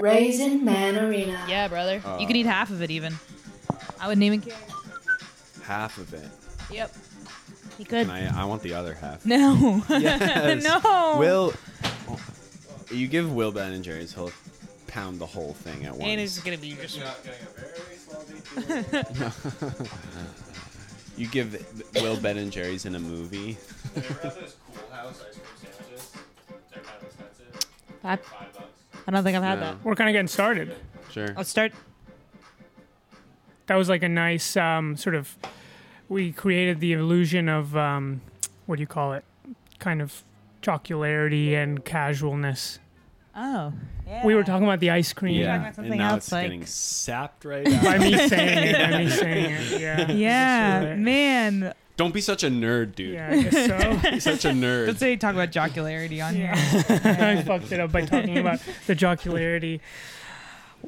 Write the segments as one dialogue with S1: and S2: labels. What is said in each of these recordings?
S1: Raisin Man Arena.
S2: Yeah, brother. you could eat half of it even. I wouldn't even care.
S3: Half of it.
S2: Yep. You could.
S3: And I, I want the other half.
S2: No.
S3: Yes.
S2: no.
S3: Will, you give Will Ben and Jerry's, he'll pound the whole thing at once.
S2: And it's gonna be just.
S3: you give Will Ben and Jerry's in a movie.
S2: I, I don't think I've had
S3: No.
S2: that.
S4: We're kind of getting started.
S3: Sure.
S2: I'll start.
S4: That was like a nice um, sort of. We created the illusion of um, what do you call it? Kind of jocularity and casualness.
S2: Oh.
S4: We were talking about the ice cream.
S2: talking
S3: Yeah.
S2: about
S3: And
S2: something
S3: now
S2: else,
S3: it's
S2: like-
S3: getting sapped right out.
S4: By me saying it. By me saying it. Yeah.
S2: Yeah,
S4: Sure.
S2: man.
S3: Don't be such a nerd, dude.
S4: Yeah, I guess so.
S3: Be such a
S2: Let's
S3: nerd.
S2: say talk about jocularity on here.
S4: I fucked it up by talking about the jocularity.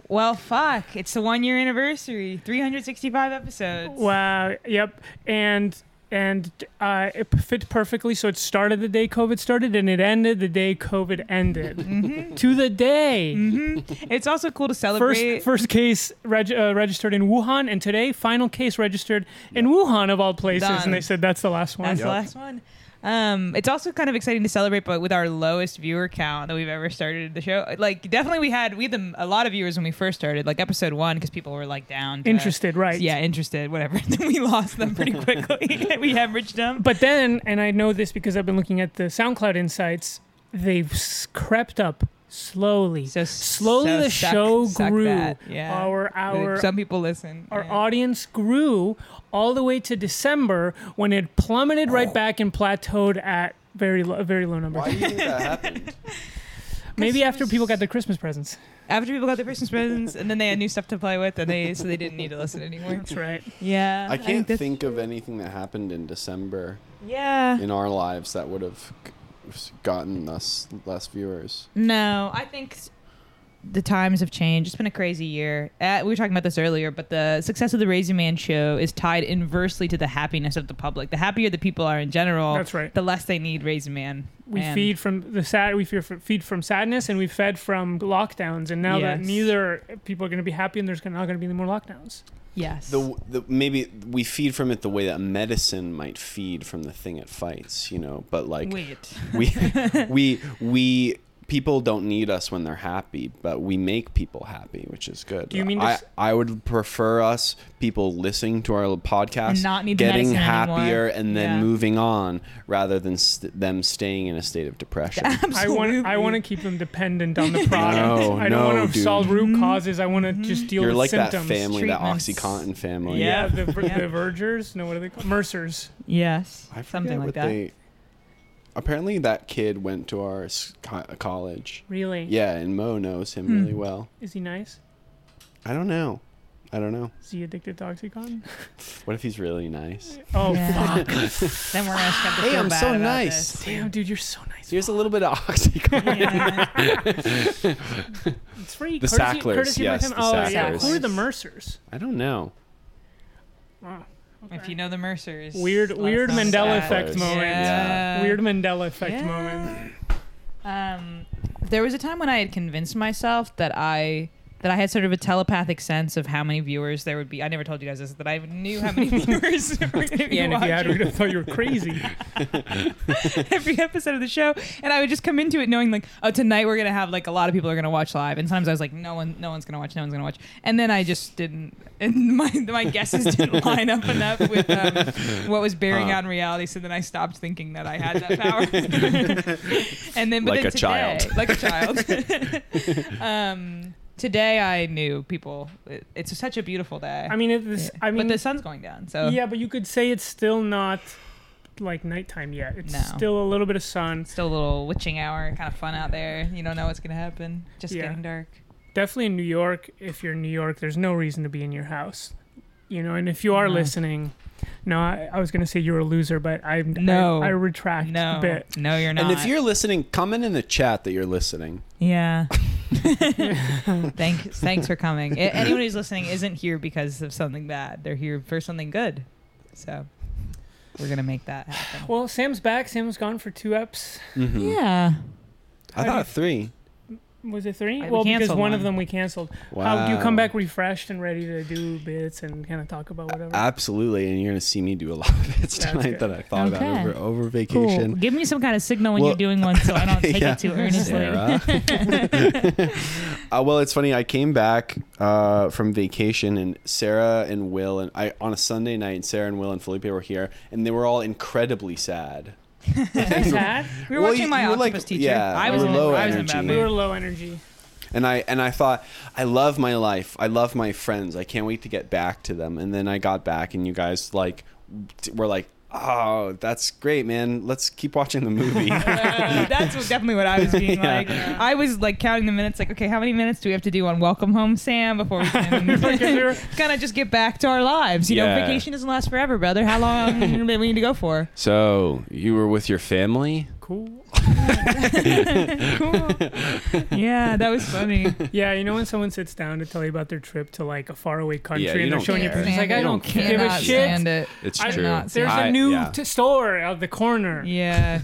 S2: Well, fuck. It's the one year anniversary. 365 episodes.
S4: Wow. Yep. And and uh, it fit perfectly. So it started the day COVID started, and it ended the day COVID ended.
S2: Mm-hmm.
S4: To the day.
S2: It's also cool to
S4: First
S2: celebrate.
S4: first case reg- uh, registered in Wuhan, and today final case registered in Wuhan of all places.
S2: Done.
S4: And they said that's the last one.
S2: That's the last one. Um, it's also kind of exciting to celebrate, but with our lowest viewer count that we've ever started the show. Like, definitely we had we had the, a lot of viewers when we first started, like episode one, because people were like down. to-
S4: Interested, right?
S2: Yeah, interested, whatever. then we lost them pretty quickly. we hemorrhaged them.
S4: But then, and I know this because I've been looking at the SoundCloud insights, they've s- crept up slowly.
S2: So s-
S4: slowly
S2: so
S4: the
S2: suck-
S4: show
S2: suck
S4: grew.
S2: that, yeah.
S4: Our our
S2: Some people listen.
S4: our
S2: yeah.
S4: audience grew all the way to December when it plummeted right back and plateaued at very low, very low number.
S3: Oh. Why do you think that happened?
S4: Maybe after people got their Christmas presents.
S2: after people got their Christmas presents, and then they had new stuff to play with, and they so they didn't need to listen anymore.
S4: That's right.
S2: Yeah,
S3: I can't
S2: that's-
S3: think of anything that happened in December
S2: Yeah,
S3: in our lives that would have gotten us less viewers.
S2: No, I think s- the times have changed. It's been a crazy year. Uh, we were talking about this earlier, but the success of the Raising Man show is tied inversely to the happiness of the public. The happier the people are in general,
S4: That's right.
S2: the less they need Raising Man.
S4: We
S2: And-
S4: feed from the sad. We fear from, feed from sadness, and we fed from lockdowns. And now that
S2: Yes.
S4: neither people are going to be happy, and there's gonna- not going to be any more lockdowns.
S2: Yes.
S3: The, the maybe we feed from it the way that medicine might feed from the thing it fights, you know. But like
S2: Wait.
S3: we we we people don't need us when they're happy, but we make people happy, which is good.
S4: Do you mean to
S3: I,
S4: s-
S3: I would prefer us people listening to our podcast
S2: And not need the
S3: getting
S2: medicine anymore.
S3: happier and then
S2: Yeah.
S3: moving on rather than st- them staying in a state of depression.
S4: I want. I want to keep them dependent on the product.
S3: No,
S4: I don't
S3: no,
S4: want to
S3: dude.
S4: solve
S2: Mm-hmm.
S4: root causes. I want to just deal
S3: You're
S4: with
S3: like
S4: symptoms.
S3: that family,
S2: Treatments.
S3: that OxyContin family.
S4: Yeah,
S2: Yeah.
S4: the, ver-
S2: Yeah.
S4: the vergers. No, what are they called? Mercers.
S2: Yes.
S3: I forget
S2: Something like
S3: what
S2: that.
S3: They, apparently, that kid went to our s- co- college.
S4: Really?
S3: Yeah, and Mo knows him
S2: Hmm.
S3: really well.
S4: Is he nice?
S3: I don't know. I don't know.
S4: Is he addicted to OxyContin?
S3: What if he's really nice?
S4: Oh,
S2: Yeah. then we're gonna have to
S3: Hey,
S2: feel
S3: I'm
S2: bad
S3: so
S2: about
S3: nice.
S2: this.
S4: damn, dude, you're so nice.
S3: Here's a little bit of OxyContin.
S4: It's free.
S3: The
S4: courtesy,
S3: Sacklers,
S4: courtesy by
S3: yes,
S4: him.
S3: the
S4: Oh, yeah.
S2: Sacklers.
S4: Who are the Mercers?
S3: I don't know.
S2: If you know the Mercers.
S4: Weird-
S2: let
S4: weird
S2: us know.
S4: Mandela
S3: Sad.
S4: effect moment.
S2: Yeah.
S4: Weird Mandela effect
S2: yeah.
S4: moment.
S2: Um, there was a time when I had convinced myself that I that I had sort of a telepathic sense of how many viewers there would be. I never told you guys this, that I knew how many viewers were going to be
S4: Yeah, and if you had,
S2: watching
S4: we'd have thought you were crazy.
S2: every episode of the show. And I would just come into it knowing like, oh, tonight we're gonna have like a lot of people are gonna watch live. And sometimes I was like, no one, no one's gonna watch, no one's gonna watch. And then I just didn't. And my my guesses didn't line up enough with um, what was bearing
S3: Huh.
S2: out in reality. So then I stopped thinking that I had that power. and then, but
S3: Like
S2: then
S3: a
S2: today,
S3: child.
S2: like a child. um, today I knew people. It- it's such a beautiful day.
S4: I mean, it, this, uh, I mean,
S2: but the sun's going down, so
S4: yeah, but you could say it's still not like nighttime yet. It's
S2: No.
S4: still a little bit of sun.
S2: Still a little witching hour, kind of fun out there. You don't know what's gonna happen. Just
S4: Yeah.
S2: getting dark.
S4: Definitely in New York. If you're in New York, there's no reason to be in your house, you know. And if you are
S2: No.
S4: listening, no, I, I was gonna say you're a loser, but I
S2: No.
S4: I, I retract
S2: No,
S4: a bit.
S2: no, you're not.
S3: And if you're listening, comment in the chat that you're listening.
S2: yeah. thanks, thanks for coming. A- Anyone who's listening isn't here because of something bad. They're here for something good. So we're gonna make that happen.
S4: Well,
S3: Mm-hmm.
S4: Sam's back. Sam was gone for two eps.
S2: Yeah.
S3: I thought three.
S4: Was it three?
S2: I- we
S4: well, because
S2: canceled
S4: one, of
S2: one.
S4: them we canceled. How do you come back refreshed and ready to do bits and kind of talk about whatever?
S3: Absolutely, and you're gonna see me do a lot of bits
S4: That's
S3: tonight
S4: good.
S3: that I thought
S2: Okay.
S3: about over, over
S2: Cool.
S3: vacation.
S2: Give me some kind of signal when
S3: Well,
S2: you're doing one, so I don't take
S3: yeah.
S2: it too earnestly.
S3: Sarah. uh, well, it's funny. I came back uh, from vacation, and Sarah and Will and I on a Sunday night. Sarah and Will and Felipe were here, and they were all incredibly sad.
S4: Sad?
S2: We were
S3: Well,
S2: watching
S3: you-
S2: my
S3: you were, like,
S2: octopus teacher.
S3: yeah,
S2: I was
S4: you
S2: in,
S4: were low
S2: I was in
S3: energy.
S2: bad
S4: we were
S2: mood.
S4: low energy.
S3: And I and I thought, I love my life. I love my friends. I can't wait to get back to them. And then I got back, and you guys like t- were like, "Oh, that's great, man. Let's keep watching the movie."
S2: Uh, that's what, definitely what I was being
S3: Yeah.
S2: like. I was like counting the minutes, like, okay, how many minutes do we have to do on Welcome Home, Sam, before we
S4: Because we
S2: can
S4: were-
S2: kind of just get back to our lives? You know,
S3: Yeah.
S2: vacation doesn't last forever, brother. How long do we need to go for?
S3: so you were with your family.
S4: Cool.
S2: cool. Yeah, that was funny.
S4: Yeah, you know when someone sits down to tell you about their trip to like a faraway country
S3: you
S4: and they're
S3: don't
S4: showing
S3: care.
S4: you pictures, like I
S3: You don't
S4: don't
S3: care.
S4: give a
S2: Cannot
S4: shit.
S2: stand it.
S3: It's
S4: I-
S3: true.
S2: not
S4: There's
S3: I-
S4: a new
S3: yeah.
S4: t- store out the corner.
S2: Yeah.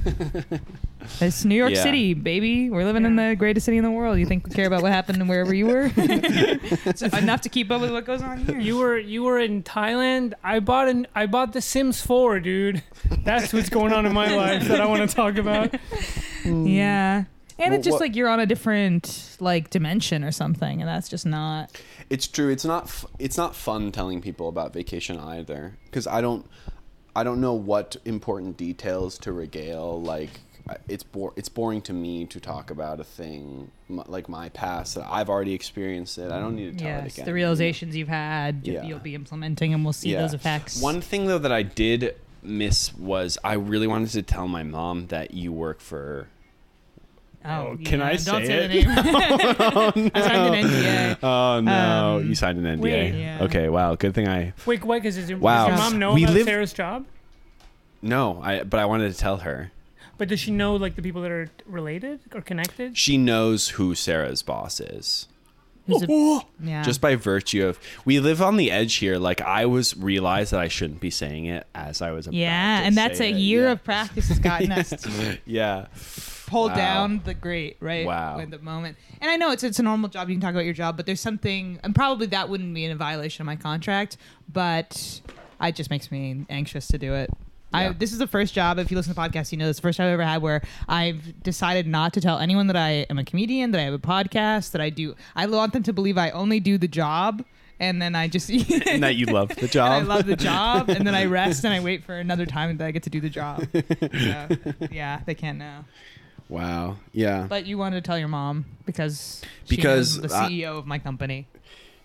S2: It's New York
S3: Yeah.
S2: City, baby. We're living in
S4: Yeah.
S2: the greatest city in the world. You think we care about what happened wherever you were? it's enough to keep up with what goes on here.
S4: You were you were in Thailand. I bought an I bought The Sims 4, dude. That's what's going on in my life that I want to talk about.
S2: yeah. And
S3: Well,
S2: it's just
S3: what-
S2: like you're on a different like dimension or something, and that's just not.
S3: It's true. It's not. F- it's not fun telling people about vacation either, because I don't. I don't know what important details to regale. Like, I- it's bor- It's boring to me to talk about a thing m- like my past that I've already experienced. It. I don't need to tell it
S2: Yes,
S3: again.
S2: the realizations you've had, you-
S3: Yeah.
S2: you'll be implementing, and we'll see
S3: Yeah.
S2: those effects.
S3: One thing though that I did miss was I really wanted to tell my mom that you work for.
S2: oh,
S3: can I
S2: don't
S3: say
S2: say the
S3: it?
S2: name. I signed an NDA.
S3: Oh
S2: no. Um, You
S3: signed an NDA.
S4: wait.
S2: Yeah.
S3: Okay, wow. Good thing I
S4: Wait, why? Because does your
S3: Wow.
S4: does your mom know
S3: We
S4: about
S3: live-
S4: Sarah's job?
S3: no. I but I wanted to tell her.
S4: But does she know like the people that are related or connected?
S3: She knows who Sarah's boss is.
S2: Who's a- yeah.
S3: just by virtue of we live on the edge here like i was realized that i shouldn't be saying it as i was about
S2: yeah,
S3: to
S2: and that's
S3: say
S2: a
S3: it.
S2: year
S3: yeah.
S2: of practice has gotten us to
S3: yeah
S2: pull
S3: Wow.
S2: down the grate, right?
S3: Wow.
S2: With the moment. And I know it's it's a normal job. You can talk about your job, but there's something, and probably that wouldn't be in a violation of my contract, but it just makes me anxious to do it. I,
S3: Yeah.
S2: this is the first job. If you listen to the podcast, you know this is the first job I've ever had where I've decided not to tell anyone that I am a comedian, that I have a podcast, that I do. I want them to believe I only do the job, and then I just
S3: and that you love the job
S2: and I love the job, and then I rest and I wait for another time that I get to do the job. So, yeah, they can't know.
S3: wow yeah
S2: But you wanted to tell your mom because she
S3: Because
S2: knows the
S3: I-
S2: CEO of my company.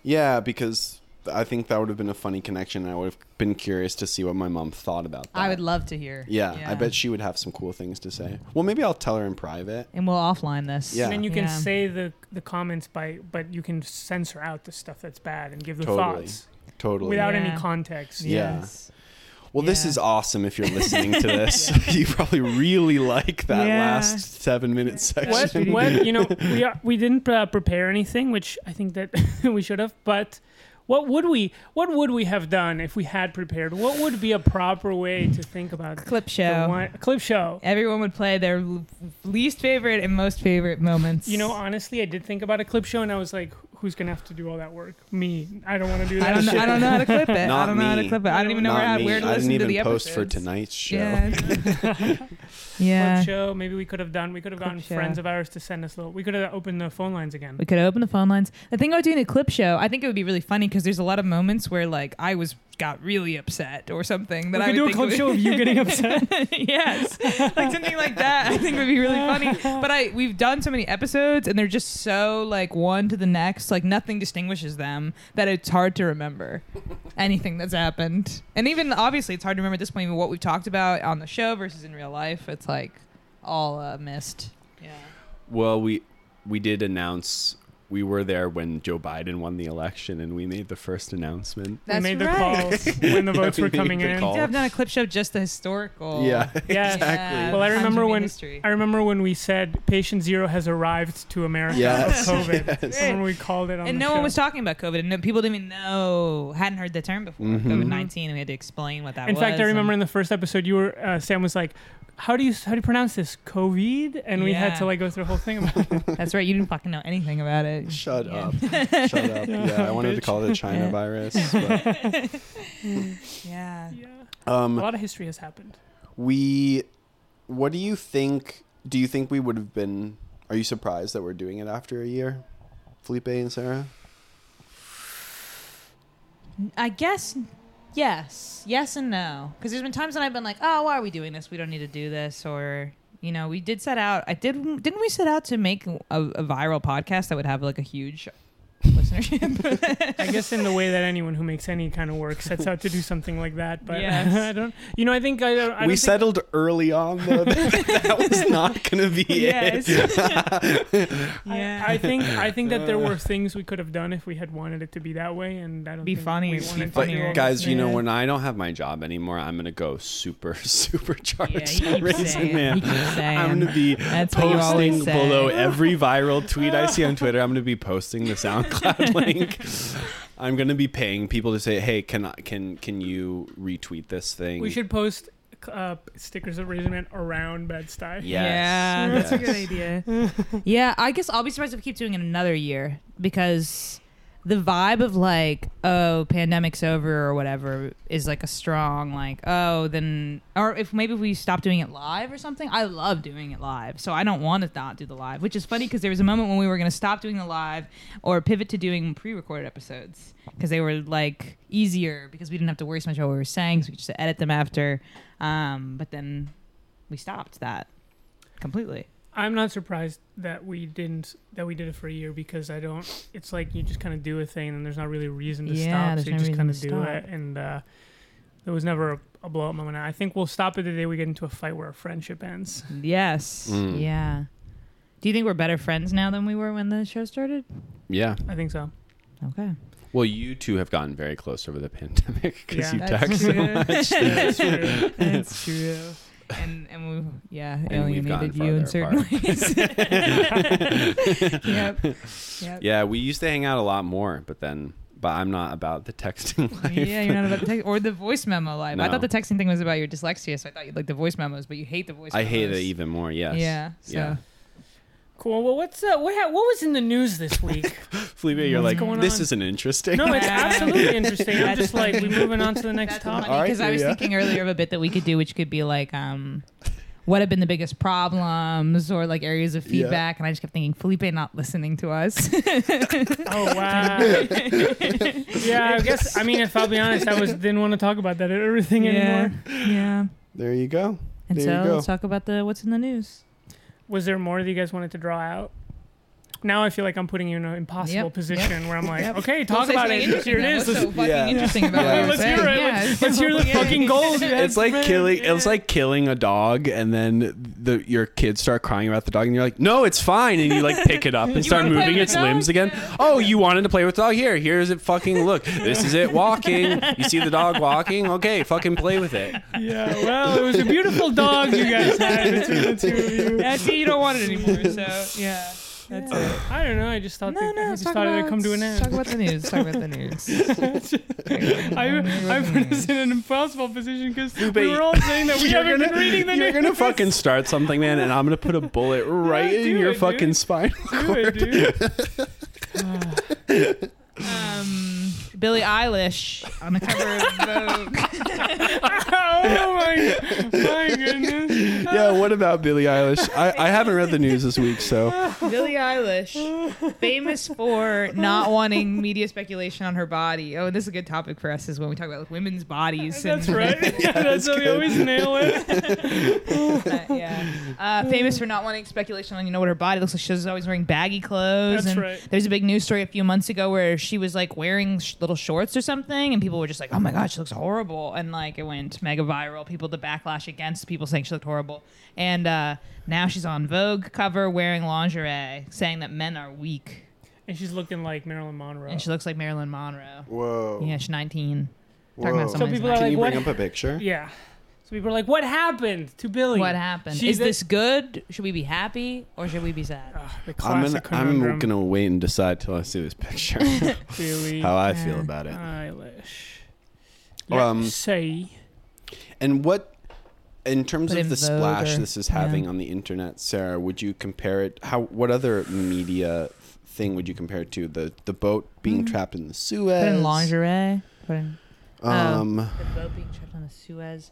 S3: yeah because i think that would have been a funny connection and i would have been curious to see what my mom thought about that
S2: I would love to hear.
S3: yeah, i bet she would have some cool things to say well maybe i'll tell her in private
S2: and we'll offline this.
S3: Yeah.
S4: And then you can
S2: Yeah.
S4: say the the comments by, but you can censor out the stuff that's bad and give the
S3: Totally.
S4: thoughts
S3: totally
S4: without
S2: Yeah.
S4: any context.
S3: Yeah.
S2: Yes.
S3: well this
S2: yeah.
S3: is awesome if you're listening to this you probably really like that
S2: Yeah.
S3: last seven minute section
S4: What? What? You know, we are, we didn't uh, prepare anything, which I think that we should have. But what would we? What would we have done if we had prepared? What would be a proper way to think about the
S2: Clip show.
S4: one- clip show?
S2: Everyone would play their l- least favorite and most favorite moments.
S4: You know, honestly, I did think about a clip show, and I was like, "Who's gonna have to do all that work? Me? I don't want to do
S2: I
S4: that."
S2: don't know.
S4: shit.
S2: I don't know how to clip it. I
S3: Not
S2: don't know how to
S3: me.
S2: clip it. I don't even know
S3: Not
S2: where, how,
S3: me.
S2: where to
S3: I
S2: listen
S3: didn't even
S2: to the
S3: post for
S2: episodes.
S3: tonight's show.
S2: Yeah.
S4: Clip
S2: yeah.
S4: show. Maybe we could have done. We could have
S2: Clip
S4: gotten
S2: show.
S4: friends of ours to send us little. We could have opened the phone lines again.
S2: We could open the phone lines. The thing about doing a clip show, I think it would be really funny because there's a lot of moments where like I was got really upset or something that
S4: We
S2: I
S4: could
S2: would
S4: do a
S2: think
S4: clip
S2: would-
S4: show of you getting upset.
S2: yes, like something like that. I think would be really funny. But I we've done so many episodes and they're just so like one to the next, like nothing distinguishes them that it's hard to remember anything that's happened. And even obviously, it's hard to remember at this point even what we've talked about on the show versus in real life. It's like all uh, missed. Yeah.
S3: Well, we we did announce we were there when Joe Biden won the election, and we made the first announcement.
S4: we made the calls when the
S3: Yeah,
S4: votes
S3: we
S4: were
S3: made
S4: coming
S3: the
S4: in.
S3: call.
S2: Yeah, I've done a clip show just the historical.
S3: Yeah,
S4: Yeah.
S2: Oh. Yeah,
S3: exactly.
S4: Well, I
S2: times
S4: remember
S2: in
S4: when-
S2: history.
S4: I remember when we said patient zero has arrived to America
S3: Yes.
S4: of COVID.
S3: Yes.
S4: When we called it on
S2: and
S4: the
S2: no
S4: show.
S2: one was talking about COVID, and no, people didn't even know, hadn't heard the term before
S3: Mhm.
S2: COVID nineteen, and we had to explain what that
S4: in
S2: was.
S4: fact, I remember
S2: and-
S4: in the first episode, you were uh, Sam was like, how do you how do you pronounce this? COVID, and we had
S2: Yeah.
S4: to like go through a whole thing about it.
S2: That's right. You didn't fucking know anything about it.
S3: Shut
S2: Yeah.
S3: up. Shut up. Yeah, I wanted to call it a China
S2: Yeah.
S3: virus. But,
S2: Yeah.
S4: yeah. A
S3: um,
S4: lot of history has happened.
S3: we, what do you think? Do you think we would have been? Are you surprised that we're doing it after a year, Felipe and Sarah?
S2: I guess yes, yes and no. Because there's been times when I've been like, oh, why are we doing this? We don't need to do this. Or you know, we did set out. I did. Didn't we set out to make a, a viral podcast that would have like a huge listenership?
S4: I guess in the way that anyone who makes any kind of work sets out to do something like that, but
S2: Yes.
S4: I don't. You know, I think I don't. I
S3: we
S4: don't think-
S3: settled early on though that that was not going to be
S2: yes.
S3: it.
S4: I-
S2: yeah.
S4: I, think I think that there were things we could have done if we had wanted it to be that way, and I don't
S2: Be
S4: think
S2: funny.
S4: We
S2: Be
S4: wanted to
S3: But
S4: do all
S2: Funnier.
S3: guys, you know
S4: Yeah.
S3: when I don't have my job anymore, I'm going to go super super
S2: yeah,
S3: charged.
S2: he keeps
S3: Raisin
S2: saying.
S3: Man.
S2: He keeps saying.
S3: I'm gonna be
S2: That's what you
S3: posting
S2: always say.
S3: below every viral tweet I see on Twitter. I'm gonna be posting the SoundCloud link. I'm gonna be paying people to say, "Hey, can I, can can you retweet this thing?"
S4: We should post uh, stickers of Razor Man around Bed Stuy.
S3: Yes.
S2: Yeah, that's a good
S3: Yes.
S2: idea. yeah, I guess I'll be surprised if we keep doing it another year because the vibe of like, oh, pandemic's over or whatever is like a strong like, oh, then or if maybe if we stop doing it live or something. I love doing it live, so I don't want to not do the live, which is funny because there was a moment when we were going to stop doing the live or pivot to doing pre-recorded episodes because they were like easier because we didn't have to worry so much about what we were saying, so we could just edit them after. Um, but then we stopped that completely.
S4: I'm not surprised that we didn't that we did it for a year because I don't. It's like you just kind of do a thing and there's not really a reason to
S2: Yeah,
S4: stop,
S2: there's
S4: so
S2: no
S4: you just
S2: reason
S4: kind of
S2: to
S4: do
S2: stop.
S4: it. And uh, there was never a, a blow up moment. I think we'll stop it the day we get into a fight where our friendship ends.
S2: Yes.
S3: Mm.
S2: Yeah. Do you think we're better friends now than we were when the show started?
S3: Yeah.
S4: I think so.
S2: Okay.
S3: Well, you two have gotten very close over the pandemic because
S4: Yeah.
S3: you
S2: That's
S3: text so
S2: true.
S3: much.
S4: That's true. That's true.
S2: And and we yeah,
S3: And we've gotten
S2: alienated you in certain
S3: farther
S2: ways. yep. Yep.
S3: Yeah, we used to hang out a lot more, but then, but I'm not about the texting life.
S2: Yeah, you're not about the text or the voice memo live. I
S3: No.
S2: thought the texting thing was about your dyslexia, so I thought you liked the voice memos, but you hate the voice.
S3: I
S2: memos.
S3: hate it even more. Yes.
S2: Yeah. So.
S3: Yeah.
S4: Cool. Well, what's uh, what ha- what was in the news this week?
S3: Felipe, you're
S4: What's
S3: like,
S4: going
S3: this
S4: on?"
S3: isn't interesting.
S4: No, it's
S2: Yeah.
S4: absolutely interesting. I'm
S2: That's
S4: just like
S2: funny.
S4: we're moving on to the next
S2: That's funny
S4: topic.
S3: All right,
S2: because I was
S3: yeah.
S2: thinking earlier of a bit that we could do, which could be like, um, what have been the biggest problems or like areas of
S3: Yeah.
S2: feedback? And I just kept thinking Felipe not listening to us.
S4: Oh wow. yeah, I guess. I mean, if I'll be honest, I was didn't want to talk about that everything
S2: yeah,
S4: anymore.
S2: yeah.
S3: There you go.
S2: And
S3: There you
S2: so
S3: go.
S2: let's talk about the what's in the news.
S4: Was there more that you guys wanted to draw out? Now I feel like I'm putting you in an impossible
S2: Yep,
S4: position where I'm like,
S2: yep.
S4: okay, talk about it. Here it is. Let's,
S3: fucking Yeah.
S2: interesting about
S3: Yeah.
S2: what
S4: let's hear it. Let's, let's hear the fucking goals. you guys.
S3: It's like
S4: Man,
S3: killing.
S4: yeah.
S3: It's like killing a dog, and then the your kids start crying about the dog, and you're like, "No, it's fine," and you like pick it up and start
S2: wanna play
S3: moving
S2: with
S3: its
S2: the dog?
S3: limbs again. Oh, you wanted to play with the dog? Here, here's it. Fucking look. This is it walking. You see the dog walking? Okay, fucking play with it.
S4: Yeah. Well, it was a beautiful dog you guys had between the two of you.
S2: Yeah, see, you don't want it anymore. So yeah, that's
S4: Yeah.
S2: it.
S4: I don't know. I just thought.
S2: No,
S4: that,
S2: no.
S4: I
S2: let's
S4: just
S2: talk
S4: thought it
S2: about,
S4: would come to an
S2: let's Talk
S4: end.
S2: about the news. Talk about the news.
S4: I, I put us in an impossible position because we
S3: Wait.
S4: were all saying that we
S3: You're
S4: haven't been
S3: gonna-
S4: reading the
S3: You're
S4: news.
S3: gonna fucking start something, man, and I'm gonna put a bullet right
S4: Yeah,
S3: in
S4: do
S3: your
S4: it,
S3: fucking
S4: dude.
S3: spine.
S4: do it, dude.
S2: um, Billie Eilish on the cover of Vogue.
S4: oh my, my goodness.
S3: Yeah. What about Billie Eilish? I, I haven't read the news this week, so
S2: Billie Eilish, famous for not wanting media speculation on her body. Oh, this is a good topic for us is when we talk about like, women's bodies.
S4: That's
S2: and,
S4: right. that's how we always nail it.
S2: yeah. Uh, famous for not wanting speculation on you know what her body looks like. She was always wearing baggy clothes.
S4: That's
S2: and
S4: right.
S2: There's a big news story a few months ago where she was like wearing sh- little shorts or something, and people were just like, "Oh my god, she looks horrible!" And like it went mega viral. People the backlash against people saying she looked horrible, and uh, now she's on Vogue cover wearing lingerie, saying that men are weak.
S4: And she's looking like Marilyn Monroe.
S2: And she looks like Marilyn Monroe.
S3: whoa.
S2: Yeah, she's 19. Talking
S3: Whoa.
S2: about
S3: So
S2: someone who's
S4: people are
S2: 19.
S4: like, what-
S3: a picture?
S4: yeah. So people are like, "What happened to Billy?
S2: what happened? Is
S4: She's
S2: this good? Should we be happy or should we be
S3: Uh,
S2: sad?
S4: the
S3: I'm
S4: classic
S3: gonna, I'm gonna wait and decide till I see this picture
S4: Billy
S3: how I feel about it.
S4: Eilish.
S3: Um,
S4: Let's say
S3: And what in terms
S2: Put
S3: of
S2: in
S3: the
S2: Vogue
S3: splash
S2: or-
S3: this is
S2: yeah.
S3: having on the internet, Sarah, would you compare it? How? What other media thing would you compare it to? The the boat being trapped in the Suez.
S2: Mm. Put in uh, lingerie. Put in
S3: Um,
S2: the boat being trapped on the Suez.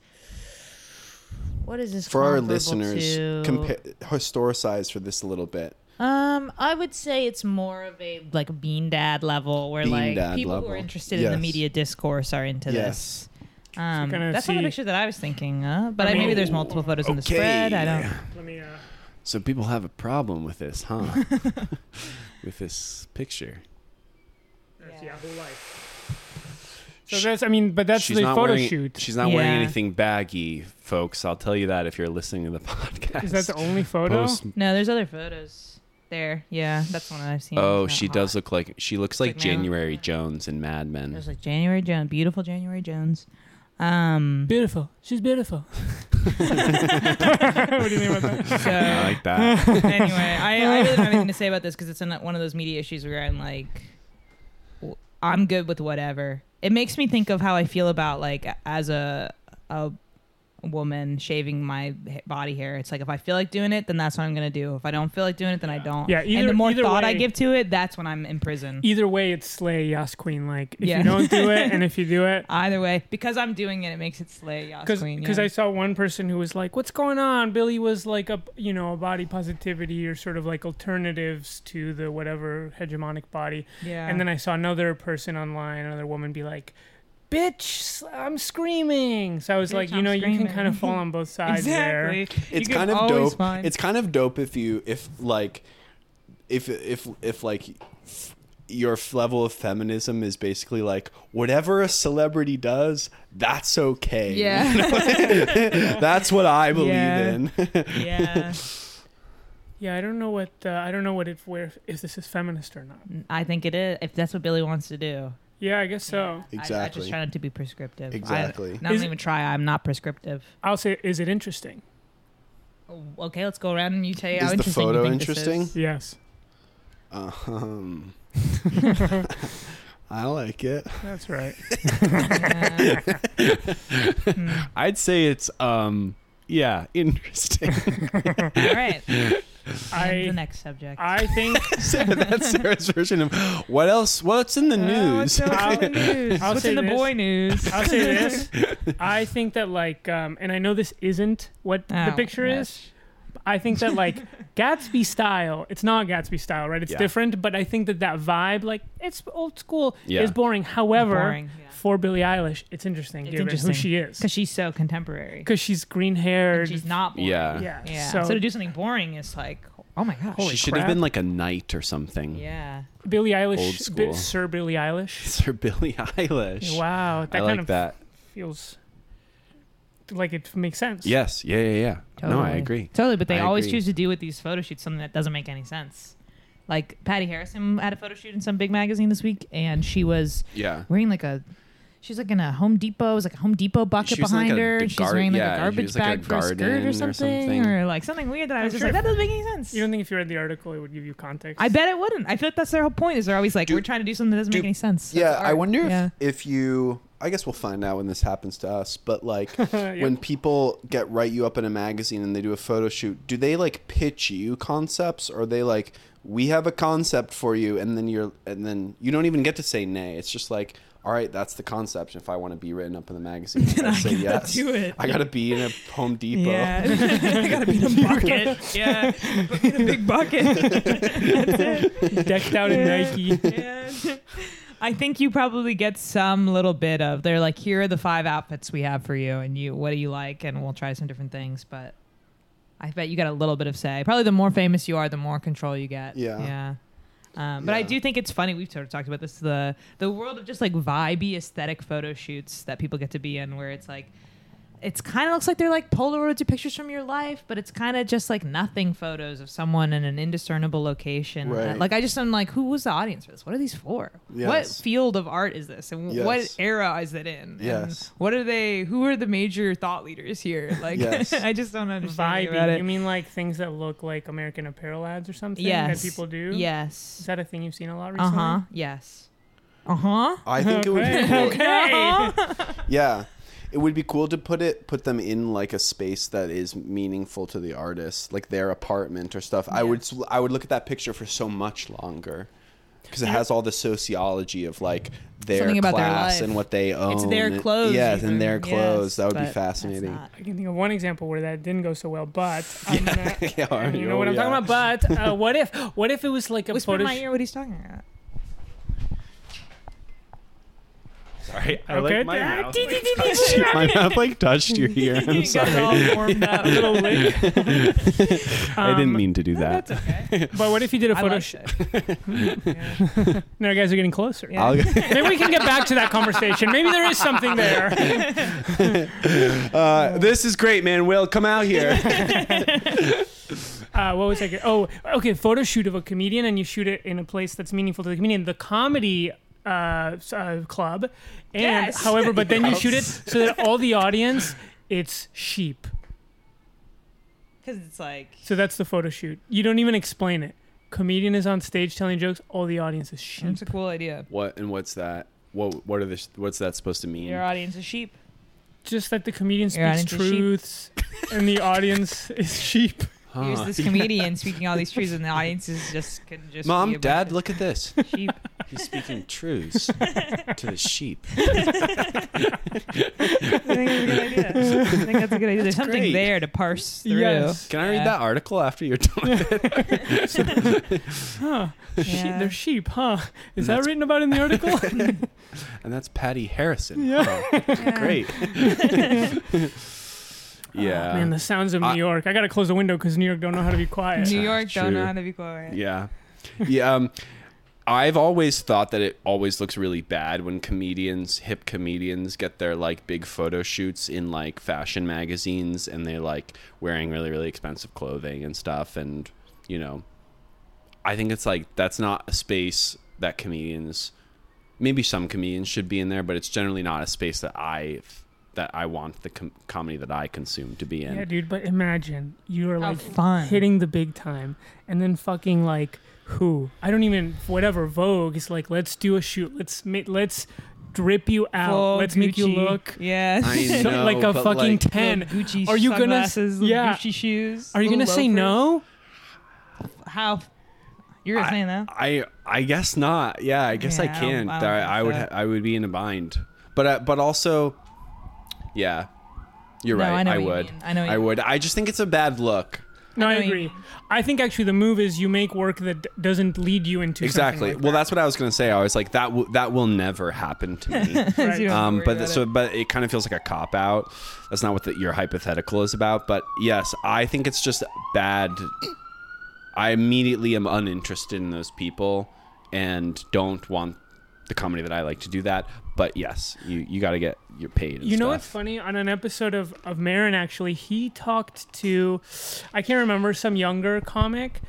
S5: What is this
S3: for our
S5: comparable
S3: listeners,
S5: to?
S3: compa- historicize for this a little bit.
S5: Um, I would say it's more of a like bean dad level where
S3: Bean
S5: like
S3: dad
S5: people who are
S3: level.
S5: interested in the
S3: Yes.
S5: media discourse are into
S3: Yes.
S5: this. Um,
S4: kinda
S2: That's not the
S4: see-
S2: picture that I was thinking, uh, but
S4: I
S2: I
S4: mean-
S2: maybe there's multiple photos in the
S3: Okay.
S2: spread. I don't.
S4: Let me. Uh,
S3: So people have a problem with this, huh? with this picture.
S4: that's
S2: Yeah.
S4: Yahoo Life. So that's I mean, but that's
S3: she's
S4: the
S3: not
S4: photo
S3: wearing,
S4: shoot.
S3: She's not wearing
S5: Yeah.
S3: anything baggy, folks. I'll tell you that if you're listening to the podcast.
S4: Is that the only photo?
S3: Post-
S5: no, there's other
S2: Photos there. Yeah, that's one I've seen.
S3: oh,
S2: It's
S3: she
S2: not
S3: does
S2: hot.
S3: look like she looks like
S2: like now-
S3: January Jones in Mad Men.
S5: There's like January Jones, beautiful January Jones. Um,
S4: Beautiful. She's beautiful. what do you mean about that?
S2: So-
S3: I like that.
S2: anyway, I, I really don't have anything to say about this because it's an, one of those media issues where I'm like, w- I'm good with whatever. It makes me think of how I feel about like as a a woman shaving my h- body hair. It's like if I feel like doing it, then that's what I'm gonna do. If I don't feel like doing it, then I don't.
S4: Yeah,
S2: and
S4: either-
S2: the more
S4: either
S2: thought I
S4: way-
S2: give to it, that's when I'm in prison.
S4: Either way, it's slay Yas Queen. Like if
S2: Yeah.
S4: you don't do it, and if you do it,
S2: Either way, because I'm doing it, it makes it slay Yas
S4: because
S2: Queen.
S4: because
S2: yeah.
S4: I saw one person who was like, "What's going on?" Billy was like a you know a body positivity or sort of like alternatives to the whatever hegemonic body.
S2: yeah.
S4: And then I saw another person online, another woman, be like, "Bitch, s- I'm screaming." So I was
S2: Bitch,
S4: like, you
S2: I'm
S4: know, you can kind
S2: screaming.
S4: of fall on both sides
S2: exactly.
S4: there.
S2: You
S3: it's
S2: can
S3: kind of
S2: always
S3: dope.
S2: find-
S3: It's kind of dope if you if like if if if like f- your f- level of feminism is basically like whatever a celebrity does, that's okay.
S2: yeah.
S3: that's what I believe
S2: Yeah.
S3: in.
S2: yeah.
S4: Yeah, I don't know what uh, I don't know what if where if this is feminist or not.
S5: I think it is if that's what Billy wants to do.
S4: Yeah, I guess so.
S5: I, I just
S3: exactly.
S5: try not to be prescriptive. I-
S3: Exactly.
S5: not
S4: Is-
S5: even try. I'm not prescriptive.
S4: I'll say, is it interesting?
S2: Oh, Okay, let's go around and you tell you how
S3: Is the
S2: interesting
S3: photo
S2: you think this
S3: interesting?
S2: is.
S4: Yes,
S3: Um, I like it.
S4: that's right.
S2: Yeah. Hmm.
S3: I'd say it's um yeah, interesting.
S2: All right. And the
S4: I
S2: next subject.
S4: I think
S3: Sarah, that's Sarah's version of what else what's
S2: Oh,
S3: in the news?
S4: I'll-
S2: the news?
S4: I'll
S2: What's
S4: say
S2: in the
S4: this.
S2: boy news?
S4: I'll say this. I think that like, um, and I know this isn't what the
S2: Oh,
S4: picture is.
S2: gosh.
S4: I think that like Gatsby style. It's not Gatsby style, right? It's
S3: Yeah.
S4: different, but I think that that vibe, like it's old school,
S3: Yeah.
S4: is boring. However,
S2: Boring.
S4: for Billie Eilish, it's interesting
S2: It's
S4: given
S2: interesting.
S4: who she is
S2: Because she's so contemporary.
S4: because she's green
S2: And
S4: haired.
S2: She's not boring.
S3: Yeah.
S4: Yeah.
S2: Yeah.
S4: So,
S2: So, to do something boring is like, oh my gosh.
S4: Holy
S3: she should
S4: crap.
S3: have been like a knight or something.
S2: Yeah.
S4: Billie
S3: Old
S4: Eilish,
S3: school.
S4: Bi- Sir Billie Eilish.
S3: Sir Billie Eilish.
S4: Wow, that
S3: I
S4: kind
S3: like
S4: of
S3: that.
S4: feels like it makes sense.
S3: Yes. Yeah, yeah, yeah. No, I
S2: Totally.
S3: agree.
S2: Totally, but they
S3: I
S2: always
S3: agree.
S2: choose to do with these photo shoots something that doesn't make any sense. Like Patty Harrison had a photo shoot in some big magazine this week, and she was
S3: Yeah.
S2: wearing like a she's like in a Home Depot, it was like a Home Depot bucket
S3: She was in, like,
S2: behind
S3: a
S2: her.
S3: d-
S2: and she's
S3: gar-
S2: wearing like
S3: yeah,
S2: a
S3: she
S2: garbage
S3: was, like, a
S2: bag for a skirt
S3: garden
S2: or
S3: or
S2: something, or,
S3: something.
S2: like something weird that I
S4: I'm
S2: was just
S4: sure
S2: like, that doesn't make any sense.
S4: You don't think if you read the article, it would give you context?
S2: I bet it wouldn't. I feel like that's their whole point. Is they're always like,
S3: Do-
S2: we're trying to do something that doesn't
S3: do-
S2: make any sense. That's
S3: yeah,
S2: art.
S3: I wonder if,
S2: Yeah.
S3: if you. I guess we'll find out when this happens to us. But like,
S4: Yep.
S3: when people get write you up in a magazine and they do a photo shoot, do they like pitch you concepts, or are they like, we have a concept for you, and then you're, and then you don't even get to say nay. It's just like, all right, that's the concept. If I want to be written up in the magazine, I gotta
S2: I
S3: say
S2: gotta
S3: yes.
S2: do it.
S3: I gotta be in a Home Depot.
S2: Yeah, I gotta be in a bucket. Yeah, put me in a big bucket.
S4: decked out in Nike.
S2: And I think you probably get some little bit of they're like, here are the five outfits we have for you, and you what do you like, and we'll try some different things. But I bet you got a little bit of say. Probably the more famous you are, the more control you get.
S3: Yeah.
S2: yeah. Um, but I
S3: Yeah.
S2: do think it's funny. We've sort of talked about this the the world of just like vibey aesthetic photo shoots that people get to be in, where it's like. It's kind of looks like they're like Polaroids or pictures from your life, but it's kind of just like nothing photos of someone in an indiscernible location. Uh,
S3: Right.
S2: Like I just am like, who was the audience for this? What are these for? What
S3: Yes.
S2: field of art is this, and
S3: Yes.
S2: what era is it in? And
S3: Yes.
S2: what are they? Who are the major thought leaders here? Like,
S3: Yes.
S2: I just don't understand about
S4: Vibey.
S2: it.
S4: You mean like things that look like American Apparel ads or something
S2: yes.
S4: that people do? Is
S2: Yes.
S4: that a thing you've seen a lot
S2: Uh
S4: recently?
S2: huh. Yes. Uh huh.
S3: I think it would be
S4: Okay.
S2: Uh-huh.
S3: cool.
S4: Okay.
S3: Yeah. It would be cool to put it put them in like a space that is meaningful to the artist, like their apartment or stuff. I would s- I would look at that picture for so much longer because it has all the sociology of like their
S2: Something about their
S3: class
S2: life.
S3: and what they own.
S2: It's their clothes
S3: Yeah,
S2: even.
S3: and Oh, their
S2: Yes,
S3: clothes. that would be
S2: but that's
S3: fascinating.
S6: not-
S4: I can think of one example where that didn't go so well, but I'm gonna-
S3: Yeah, are Oh,
S4: you know what I'm
S3: yeah.
S4: talking about. But uh, what if? What if it was like a
S2: Whisper in
S4: photo?
S2: my ear what he's talking about.
S7: Sorry, I
S4: Okay.
S7: like my
S4: Ah,
S7: mouth.
S4: dee, dee, dee, dee,
S7: touched- my mouth like touched your ear.
S4: You
S7: I'm
S4: got
S7: sorry.
S4: all warmed up, little lick.
S7: I didn't
S4: Um,
S7: mean to do that.
S2: okay.
S4: But what if you did a
S2: I
S4: photo
S2: liked
S4: shoot?
S2: it.
S4: No, you guys are getting closer.
S2: Yeah.
S3: I'll-
S4: Maybe we can get back to that conversation. Maybe there is something there.
S3: uh, this is great, man. Will come out here.
S4: Uh, what was I? get- Oh, okay. Photo shoot of a comedian, and you shoot it in a place that's meaningful to the comedian. The comedy. Uh, s- uh, club, and
S2: Yes.
S4: however, but then you shoot it so that all the audience, it's sheep.
S2: Because it's like
S4: So that's the photo shoot. You don't even explain it. Comedian is on stage telling jokes. All the audience is sheep.
S2: it's a cool idea.
S3: what and what's that? What what are the what's that supposed to mean?
S2: Your audience is sheep.
S4: Just that the comedian
S2: Your
S4: speaks
S2: audience is sheep.
S4: truths, and the audience is sheep.
S2: Here's this comedian speaking all these truths, and the audience is just can just be
S3: Mom,
S2: a bunch
S3: Dad,
S2: of
S3: look at this.
S2: sheep.
S3: He's speaking truths to the sheep.
S2: I think that's a good idea. I think that's a good idea. There's something
S3: great.
S2: there to parse through.
S4: Yes.
S3: Can I
S2: Yeah.
S3: read that article after you're done? with it?
S4: Huh? She-
S2: Yeah.
S4: they're sheep, huh? Is that
S3: That's-
S4: written about in the article?
S3: and that's Patty Harrison. Yeah. Great. yeah.
S4: Man, the sounds of New
S3: I-
S4: York. I gotta close the window because New York don't know how to be quiet.
S2: New York don't know
S3: True.
S2: how to be quiet.
S3: yeah. Yeah. Um, I've always thought that it always looks really bad when comedians, hip comedians, get their like big photo shoots in like fashion magazines and they're like wearing really, really expensive clothing and stuff. And, you know, I think it's like that's not a space that comedians maybe some comedians should be in there, but it's generally not a space that I that I want the com- comedy that I consume to be in.
S4: Yeah, dude. But imagine you are
S2: How
S4: like
S2: fun.
S4: hitting the big time, and then fucking like who? I don't even whatever Vogue is like. Let's do a shoot. Let's ma- let's drip you out.
S2: Full
S4: let's make you
S2: Gucci.
S4: look
S2: Yes.
S3: I
S4: so-
S3: know,
S4: like a
S3: but,
S4: fucking
S3: like-
S4: ten.
S2: Little Gucci
S4: Are you gonna-
S2: sunglasses, little
S4: yeah.
S2: Gucci shoes?
S4: Are you
S2: little
S4: gonna say
S2: loafers?
S4: no?
S2: How? You're gonna say no?
S3: I I guess not. Yeah, I guess I
S2: Yeah, I don't-
S3: can't.
S2: I
S3: I,
S2: don't think
S3: I would
S2: so.
S3: ha- I would be in a bind. But uh, but also, yeah, you're
S2: No,
S3: right.
S2: I know what you
S3: would.
S2: mean. I know what
S3: I
S2: you mean.
S3: would. I just think it's a bad look.
S4: No, I,
S2: know you
S4: agree.
S2: mean.
S4: I think actually the move is you make work that d- doesn't lead you into
S3: exactly.
S4: Something
S3: well, that's what I was gonna say. I was like that. W- that will never happen to me.
S4: like
S2: So you
S4: that.
S2: don't have to
S3: um,
S2: worry
S3: but
S2: about
S3: th-
S2: it.
S3: so but it kind of feels like a cop out. That's not what the, your hypothetical is about. But yes, I think it's just bad. I immediately am uninterested in those people and don't want the comedy that I like to do that. But yes, you you got to get your paid. And
S4: You know what's
S3: stuff.
S4: funny? On an episode of of Marin, actually, he talked to, I can't remember, some younger comic,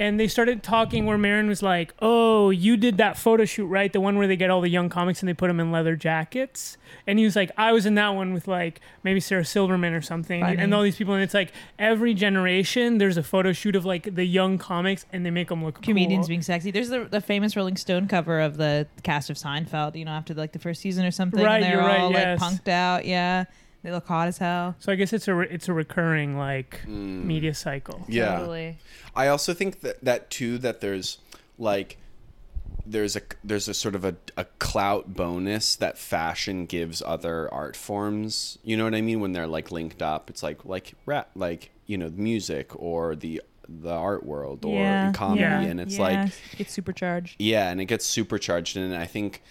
S4: and they started talking where Marin was like, "Oh, you did that photo shoot, right? The one where they get all the young comics and they put them in leather jackets." And he was like, "I was in that one with like maybe Sarah Silverman or something,
S2: Funny.
S4: and all these people." And it's like every generation, there's a photo shoot of like the young comics, and they make them look
S2: comedians
S4: cool.
S2: being sexy. There's the, the famous Rolling Stone cover of the cast of Seinfeld. You know, after like the first season or something,
S4: Right,
S2: and they're
S4: you're right,
S2: all
S4: yes.
S2: like punked out. Yeah, they look hot as hell.
S4: So I guess it's a re- it's a recurring like
S3: Mm.
S4: media cycle.
S3: Yeah.
S2: totally.
S3: I also think that that too that there's like there's a there's a sort of a, a clout bonus that fashion gives other art forms. You know what I mean? When they're like linked up, it's like like rap, like you know, music or the the art world or
S2: yeah,
S3: comedy,
S2: yeah,
S3: and it's
S2: yeah.
S3: like
S2: it's supercharged.
S3: yeah, and it gets supercharged, and I think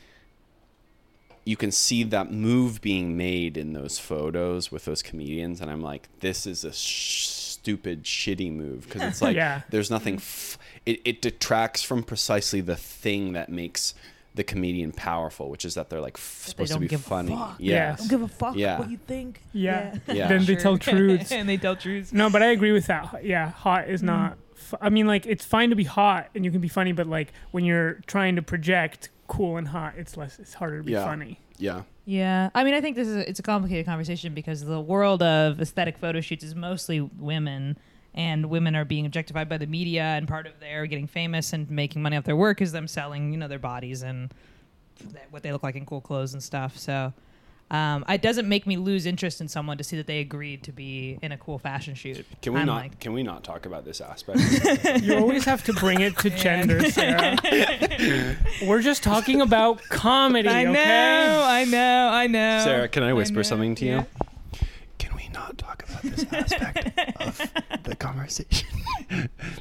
S3: you can see that move being made in those photos with those comedians, and I'm like, this is a sh- stupid, shitty move because it's like
S4: Yeah.
S3: there's nothing. F- it it detracts from precisely the thing that makes the comedian powerful, which is that they're like f- supposed
S2: don't
S3: to be
S2: give a
S3: funny.
S6: fuck.
S3: Yeah.
S6: don't give a fuck
S3: Yeah.
S6: what you think.
S4: Yeah.
S3: Yeah.
S4: Then they tell truths.
S2: and they tell truths.
S4: No, but I agree with that. Yeah, hot
S2: Mm.
S4: is not. F- I mean, like it's fine to be hot and you can be funny, but like when you're trying to project cool and hot, it's less. It's harder to be
S3: Yeah.
S4: funny.
S3: Yeah.
S2: Yeah, I mean, I think this is a, it's a complicated conversation because the world of aesthetic photo shoots is mostly women, and women are being objectified by the media, and part of their getting famous and making money off their work is them selling, you know, their bodies and th- what they look like in cool clothes and stuff. So, Um, it doesn't make me lose interest in someone to see that they agreed to be in a cool fashion shoot.
S3: Can we
S2: I'm
S3: not?
S2: like,
S3: Can we not talk about this aspect?
S4: You always have to bring it to gender, Sarah. We're just talking about comedy,
S2: I know,
S4: okay?
S2: I know, I know.
S3: Sarah, can I whisper
S2: know,
S3: something to you?
S2: yeah.
S8: Can we not talk about this aspect of the conversation?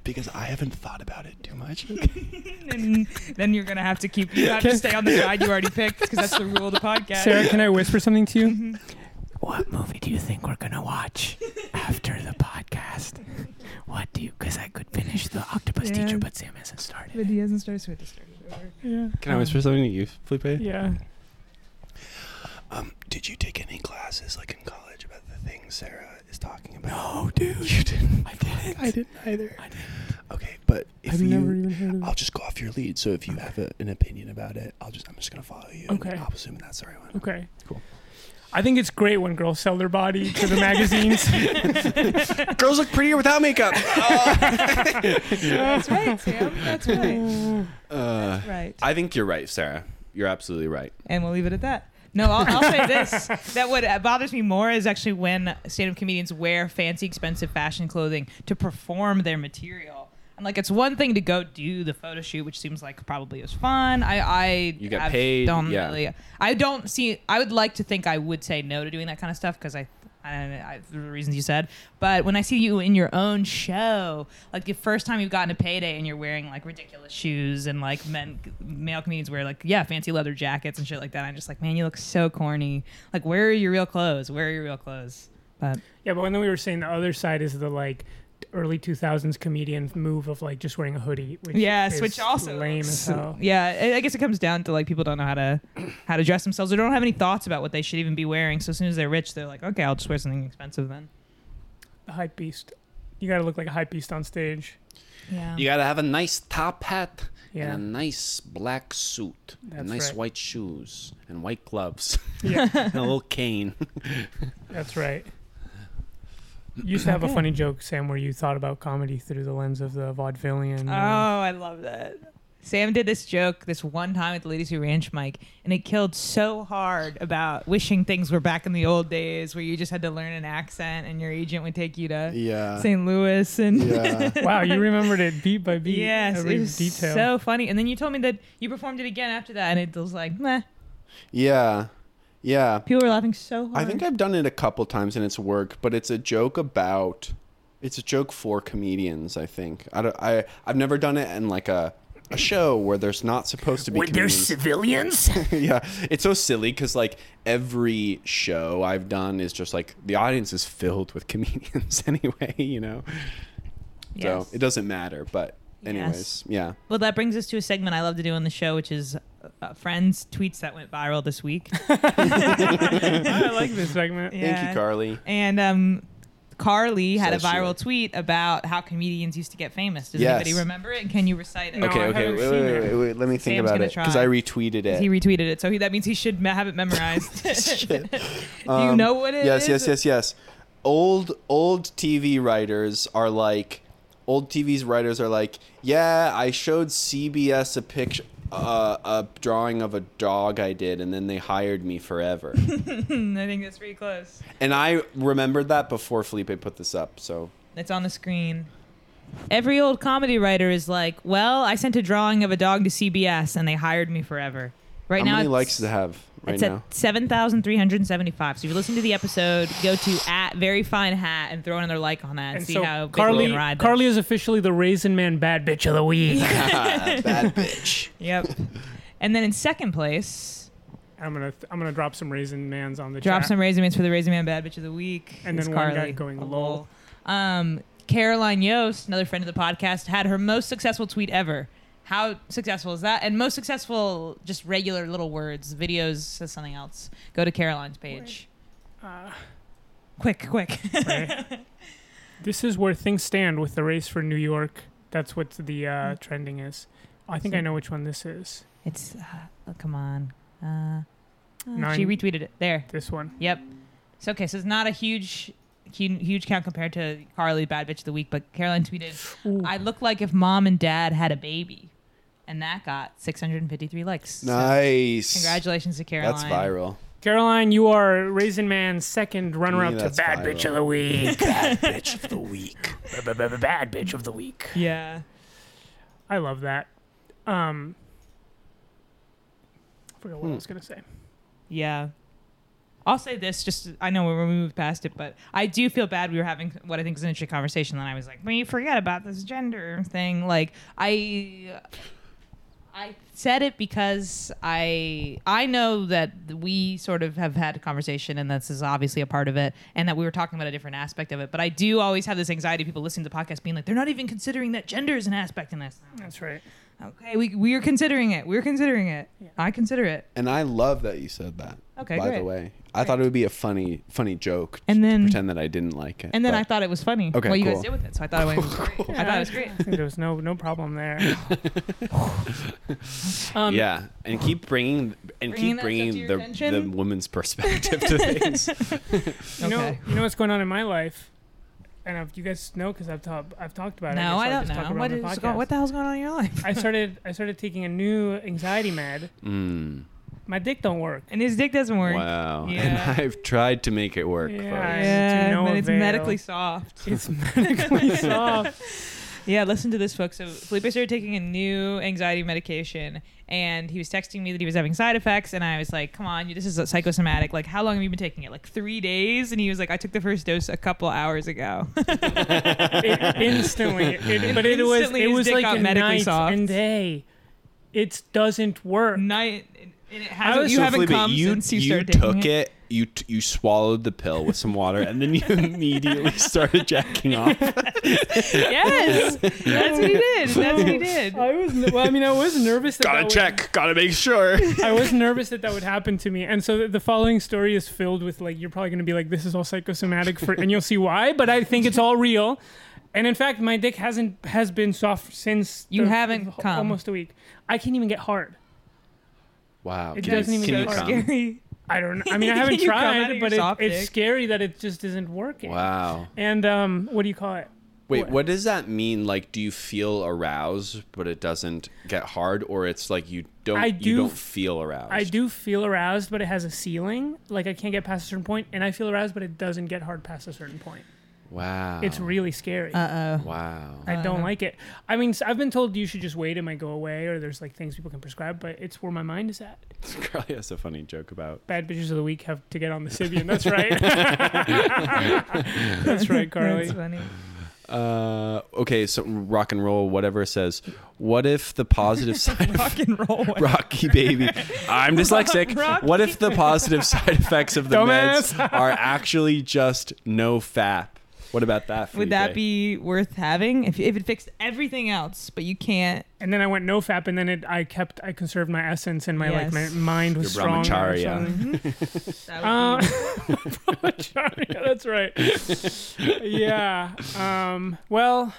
S8: because I haven't thought about it too much.
S2: And then you're gonna have to keep. You have to stay on the side you already picked because that's the rule of the podcast.
S4: Sarah, can I whisper something to you?
S9: What movie do you think we're gonna watch after the podcast? What do you? Because I could finish the Octopus
S2: Yeah.
S9: Teacher, but Sam hasn't started.
S2: But he hasn't started, so we have to start over.
S4: Yeah.
S8: Can I whisper something to you, Felipe?
S4: Yeah.
S8: Um, did you take any classes like in college about the things Sarah is talking about?
S9: No, dude, you didn't. I didn't.
S8: I didn't either.
S9: I
S8: Okay, but if
S4: I've
S8: you,
S4: never even heard of it.
S8: I'll just go off your lead. So if you have a, an opinion about it, I'll just I'm just gonna follow you. and
S4: Okay.
S8: I'll assume that's the right one.
S4: Okay.
S8: Cool.
S4: I think it's great when girls sell their body to the magazines.
S3: Girls look prettier without makeup. Uh,
S2: That's right, Sam. That's right.
S3: uh,
S2: Right.
S3: I think you're right, Sarah. You're absolutely right.
S2: and we'll leave it at that. No, I'll, I'll say this. That what bothers me more is actually when stand-up comedians wear fancy, expensive fashion clothing to perform their material. And like, it's one thing to go do the photo shoot, which seems like probably is fun. I, I
S3: You get
S2: I've-
S3: paid,
S2: Don't
S3: yeah.
S2: really. I don't see. I would like to think I would say no to doing that kind of stuff because I. I don't know, I, for the reasons you said, but when I see you in your own show, like the first time you've gotten a payday and you're wearing like ridiculous shoes and like men, male comedians wear like yeah, fancy leather jackets and shit like that. I'm just like, man, you look so corny. Like, where are your real clothes? Where are your real clothes? But
S4: yeah, but when we were saying the other side is the like early 2000s comedian move of like just wearing a hoodie. Which
S2: yes,
S4: is
S2: which also
S4: lame as hell.
S2: Yeah, I- I guess it comes down to like people don't know how to how to dress themselves or don't have any thoughts about what they should even be wearing. So as soon as they're rich, they're like, okay, I'll just wear something expensive then.
S4: The hype beast. You gotta look like a hype beast on stage.
S2: Yeah.
S3: You gotta have a nice top hat
S4: Yeah.
S3: and a nice black suit,
S4: That's
S3: and nice
S4: right.
S3: white shoes, and white gloves,
S4: Yeah.
S3: and a little cane.
S4: That's right. You used to have a funny joke, Sam, where you thought about comedy through the lens of the vaudevillian.
S2: Oh,
S4: uh,
S2: I love that. Sam did this joke this one time at the Ladies Who Ranch mic, and it killed so hard about wishing things were back in the old days where you just had to learn an accent and your agent would take you to
S8: Yeah.
S2: St. Louis and
S8: Yeah.
S4: Uh, wow, you remembered it beat by beat.
S2: yes,
S4: every
S2: it was
S4: detail.
S2: so funny. And then you told me that you performed it again after that, and it was like, meh.
S3: yeah, yeah.
S2: People were laughing so hard.
S3: I think I've done it a couple times and it's worked, but it's a joke about it's a joke for comedians, I think. I don't, I I've never done it in like a a show where there's not supposed to be
S9: Were there
S3: comedians.
S9: civilians?
S3: yeah, it's so silly cuz like every show I've done is just like the audience is filled with comedians anyway, you know.
S2: Yes.
S3: So it doesn't matter, but anyways, yeah.
S2: Well, that brings us to a segment I love to do on the show, which is uh, friends' tweets that went viral this week.
S4: I like this segment.
S3: Thank you, Carly.
S2: And um, Carly had a
S3: Says she.
S2: viral tweet about how comedians used to get famous. Does
S3: Yes.
S2: anybody remember it? And can you recite it?
S4: No,
S3: okay,
S4: I
S3: okay.
S4: haven't
S3: Wait,
S4: seen
S3: wait,
S4: it.
S3: wait, wait, let me think
S2: Sam's
S3: about
S2: gonna
S3: it
S2: try.
S3: cuz I retweeted it.
S2: He retweeted it, so he, that means he should ma- have it memorized.
S3: Shit.
S2: Do you know what it
S3: Um, yes,
S2: is?
S3: Yes, yes, yes, Old old TV writers are like old TV's writers are like, "Yeah, I showed CBS a picture uh, a drawing of a dog I did and then they hired me forever."
S2: Hmm, I think that's pretty close.
S3: and I remembered that before Felipe put this up, so
S2: It's on the screen. Every old comedy writer is like, well, I sent a drawing of a dog to CBS and they hired me forever. Right
S3: how
S2: now,
S3: many
S2: it's-
S3: likes does it have right
S2: It's
S3: now?
S2: at 7,375. So if you listen to the episode, go to at very fine hat and throw another like on that and,
S4: And
S2: see
S4: so
S2: how big we
S4: Carly,
S2: can ride.
S4: Carly is officially the Raisin Man bad bitch of the week.
S3: Bad bitch.
S2: this. Yep. and then in second place,
S4: I'm gonna th- I'm gonna drop some Raisin Mans on the
S2: drop
S4: chat.
S2: some Raisin Mans for the Raisin Man Bad Bitch of the Week.
S4: And
S2: It's
S4: then one guy
S2: Carly.
S4: going,
S2: A
S4: lol.
S2: Um, Caroline Yost, another friend of the podcast, had her most successful tweet ever. How successful is that? And most successful, just regular little words, videos, says something else. Go to Caroline's page.
S4: Uh,
S2: Quick, quick.
S4: right? this is where things stand with the race for New York. That's what the uh,
S2: Mm.
S4: trending is. I think I know which one this is.
S2: It's uh, oh, come on. Uh, uh,
S4: Nine.
S2: she retweeted it there.
S4: This one.
S2: Yep. So okay, so it's not a huge, huge, huge count compared to Carly Bad Bitch of the Week, but Caroline tweeted,
S4: Ooh.
S2: "I look like if mom and dad had a baby," and that got 653 likes. So
S3: Nice.
S2: congratulations to Caroline.
S3: That's viral.
S4: Caroline, you are Raisin Man's second runner-up
S3: Yeah,
S4: to
S3: that's
S4: Bad
S3: fine,
S4: Bitch
S3: though.
S4: of the Week.
S10: Bad bitch of the week.
S4: Bad Bitch of the Week.
S2: Yeah.
S4: I love that. Um, I forgot what I
S3: Hmm.
S4: was gonna say.
S2: Yeah. I'll say this just I know we were moved past it, but I do feel bad we were having what I think is an interesting conversation and I was like, Well you forget about this gender thing. Like I I said it because I I know that we sort of have had a conversation and this is obviously a part of it and that we were talking about a different aspect of it. But I do always have this anxiety of people listening to podcasts being like, they're not even considering that gender is an aspect in this.
S4: That's right.
S2: Okay, we we are considering it. We're considering it. I consider it.
S3: And I love that you said that.
S2: Okay,
S3: By
S2: great.
S3: the way, I thought it would be a funny, funny joke.
S2: And
S3: to
S2: then-
S3: pretend that I didn't like it.
S2: And then
S3: but
S2: I thought it was funny
S3: Okay,
S2: what you
S3: cool.
S2: guys did with it. So I thought it was great. I thought it was great.
S4: I think there was no no problem there. um,
S3: yeah, and keep bringing and
S2: Bringing that stuff to
S3: keep bringing
S2: your
S3: the
S2: attention?
S3: the woman's perspective to things.
S4: You know,
S2: Okay.
S4: you know what's going on in my life, and I've, you guys know because I've talked, I've talked about it.
S2: No,
S4: guess
S2: I
S4: I'll
S2: don't
S4: just talk
S2: know.
S4: about
S2: What
S4: it on
S2: is
S4: the
S2: going?
S4: podcast.
S2: What the hell's going on in your life?
S4: I started, I started taking a new anxiety med.
S3: Mm,
S4: My dick don't work.
S2: And his dick doesn't work.
S3: wow.
S2: Yeah.
S3: And I've tried to make it work.
S4: Yeah.
S3: folks.
S2: Yeah,
S4: To no
S2: but it's
S4: avail.
S2: medically soft.
S4: It's medically soft.
S2: Yeah, listen to this, folks. So Felipe started taking a new anxiety medication, and he was texting me that he was having side effects, and I was like, "Come on, you, this is psychosomatic. Like, how long have you been taking it? Like three days?" And he was like, "I took the first dose a couple hours ago."
S4: It, instantly, it, but it was
S2: Instantly
S4: it
S2: his
S4: was
S2: dick
S4: like
S2: got
S4: a
S2: medically
S4: night
S2: soft.
S4: and day. It doesn't work.
S2: Night. And it
S4: I
S2: hasn't,
S4: was
S2: you
S3: So,
S2: haven't
S3: Felipe,
S2: come
S3: you,
S2: since you,
S3: you
S2: started taking
S3: took
S2: it.
S3: it. You t- you swallowed the pill with some water, and then you immediately started jacking off.
S2: Yes, that's what he did. That's what he did.
S4: I was n- well. I mean, I was nervous. That that
S3: gotta
S4: would-
S3: check. Gotta make sure.
S4: I was nervous that that would happen to me, and so the- the following story is filled with like you're probably going to be like, "This is all psychosomatic," for, and you'll see why. But I think it's all real, and in fact, my dick hasn't has been soft since
S2: You
S4: the-
S2: haven't
S4: h-
S2: come.
S4: almost a week. I can't even get hard.
S3: Wow.
S4: It
S3: Can you-
S4: doesn't even
S3: can
S4: go
S3: you
S4: far.
S3: come?
S2: Scary.
S4: I don't. I mean, I haven't
S2: You come out
S4: tried,
S2: of
S4: but
S2: your
S4: it,
S2: soft
S4: it's
S2: dick.
S4: scary that it just isn't working.
S3: Wow.
S4: And um, what do you call it?
S3: Wait, what? does that mean? Like, do you feel aroused, but it doesn't get hard, or it's like you don't
S4: I
S3: you
S4: do
S3: don't
S4: f-
S3: feel aroused?
S4: I do feel aroused, but it has a ceiling. Like I can't get past a certain point, and I feel aroused, but it doesn't get hard past a certain point.
S3: Wow.
S4: It's really scary.
S2: Uh oh.
S3: wow.
S4: I don't like it. I mean, s- I've been told you should just wait. It might go away, or there's like things people can prescribe, but it's where my mind is at.
S3: Carly has a funny joke about.
S4: Bad bitches of the week have to get on the Sibian. That's right. That's right, Carly.
S2: That's funny.
S3: Uh, okay, so rock and roll, whatever says. What if the positive side? of-
S2: Rock and roll.
S3: Rocky baby, I'm dyslexic.
S2: Rocky.
S3: What if the positive side effects of the
S4: Dumbass.
S3: meds are actually just no fap? What about that?
S2: Would that
S3: Felipe?
S2: be worth having if, if it fixed everything else, but you can't?
S4: And then I went no fap, and then it, I kept, I conserved my essence, and my like my
S2: Yes.
S4: mind was
S3: Your
S4: strong. or
S3: brahmacharya.
S4: something.
S2: That would
S4: Um,
S2: be-
S4: brahmacharya, Uh, that's right. yeah. Um, well,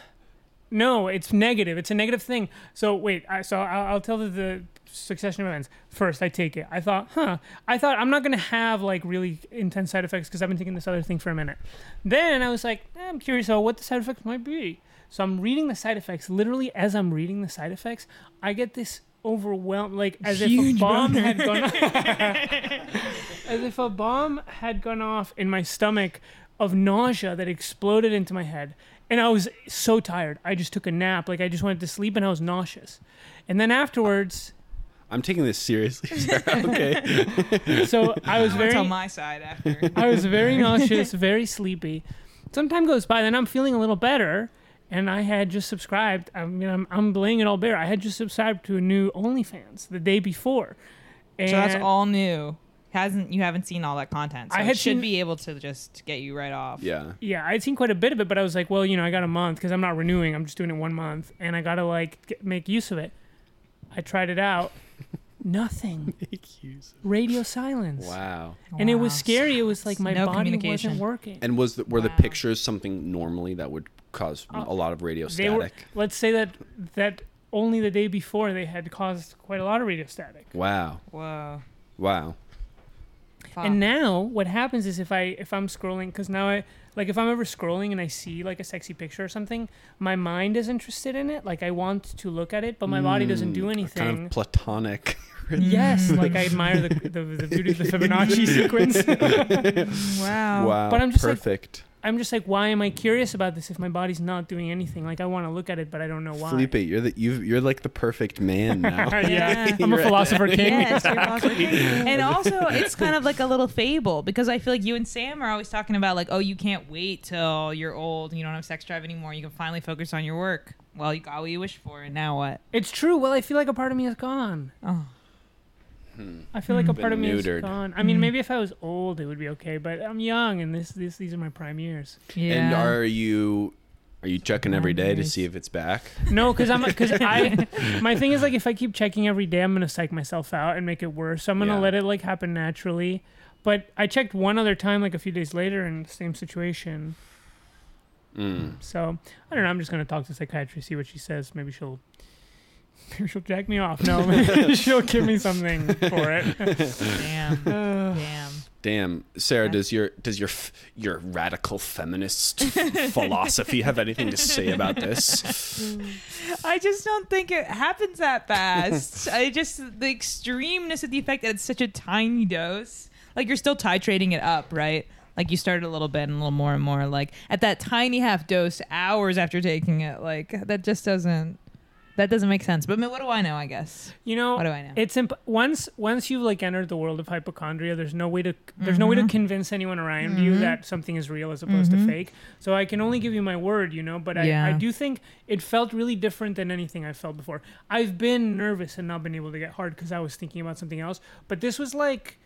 S4: no, it's negative. It's a negative thing. So wait. I, so I'll, I'll tell the, the succession of events first. I take it. I thought, huh. I thought I'm not gonna have like really intense side effects because I've been taking this other thing for a minute. Then I was like, eh, I'm curious about what the side effects might be. So I'm reading the side effects. Literally, as I'm reading the side effects, I get this overwhelmed, like as if
S2: Huge
S4: a bomb
S2: boner.
S4: had gone as if a bomb had gone off in my stomach of nausea that exploded into my head. And I was so tired. I just took a nap. Like I just wanted to sleep and I was nauseous. And then afterwards,
S3: I'm taking this seriously. Sarah, okay.
S4: so I was
S2: I want to tell
S4: very
S2: my side after.
S4: I was very nauseous, very sleepy. Some time goes by, then I'm feeling a little better. And I had just subscribed. I mean, I'm, I'm laying it all bare. I had just subscribed to a new OnlyFans the day before. And
S2: so that's all new. Hasn't you haven't seen all that content? So
S4: I
S2: I
S4: had
S2: should
S4: seen-
S2: be able to just get you right off.
S3: Yeah.
S4: yeah, I'd seen quite a bit of it, but I was like, well, you know, I got a month because I'm not renewing. I'm just doing it one month, and I gotta like get, make use of it. I tried it out. Nothing. Radio silence.
S3: Wow.
S4: And it was
S2: Wow.
S4: scary. It was like my
S2: No
S4: body wasn't
S2: communication.
S4: working.
S3: And was the, were the
S2: Wow. Oh,
S3: pictures something normally that would cause a lot of radio
S4: they were.
S3: static?
S4: Let's say that that only the day before they had caused quite a lot of radio static.
S3: Wow.
S2: Whoa.
S3: Wow.
S11: fuck.
S4: And now what happens is if I if I'm scrolling cuz now I like if I'm ever scrolling and I see like a sexy picture or something, my mind is interested in it, like I want to look at it, but my body doesn't do anything.
S3: Hmm, Mm, Kind of platonic.
S4: Yes, like I admire the the, the beauty of the Fibonacci sequence.
S2: Wow.
S3: wow.
S4: But I'm just like-
S3: perfect.
S4: I'm just like, why am I curious about this if my body's not doing anything? Like I want to look at it, but I don't know why.
S3: Felipe, you're the you you're like the perfect man now.
S4: yeah,
S11: Yeah.
S4: I'm a philosopher king.
S2: Yes, you're possibly right. And also, it's kind of like a little fable because I feel like you and Sam are always talking about like, oh, you can't wait till you're old and you don't have sex drive anymore. You can finally focus on your work. Well, you got what you wished for, and now what?
S4: It's true. Well, I feel like a part of me is gone.
S2: Oh.
S4: I feel like a
S3: Been
S4: part of me
S3: neutered.
S4: is gone. I mean,
S2: Mm.
S4: maybe if I was old, it would be okay. But I'm young, and this, this these are my prime years.
S2: Yeah.
S3: And are you are you checking every day to
S2: Nice.
S3: see if it's back?
S4: No, because I'm because I my thing is like if I keep checking every day, I'm gonna psych myself out and make it worse. So I'm gonna
S3: Yeah.
S4: let it like happen naturally. But I checked one other time, like a few days later, and same situation.
S3: Mm.
S4: So I don't know. I'm just gonna talk to psychiatry, see what she says. Maybe she'll, maybe she'll jack me off. No, maybe she'll give me something for it.
S2: Damn.
S4: Uh,
S2: Damn.
S3: Damn, Sarah,
S2: Yeah.
S3: does your does your f- your radical feminist f- philosophy have anything to say about this?
S2: I just don't think it happens that fast. I just the extremeness of the effect that it's such a tiny dose. Like you're still titrating it up, right? Like you started a little bit and a little more and more. Like at that tiny half dose, hours after taking it, like that just doesn't that doesn't make sense. But I mean, what do I know? I guess
S4: you know,
S2: what do I know?
S4: it's imp- once once you've like entered the world of hypochondria there's no way to there's no way to
S2: Mhm.
S4: convince anyone around you
S2: Mhm.
S4: that something is real as opposed
S2: Mhm.
S4: to fake so i can only give you my word you know but I, I
S2: Yeah.
S4: do think it felt really different than anything i felt before i've been nervous and not been able to get hard because i was thinking about something else but this was like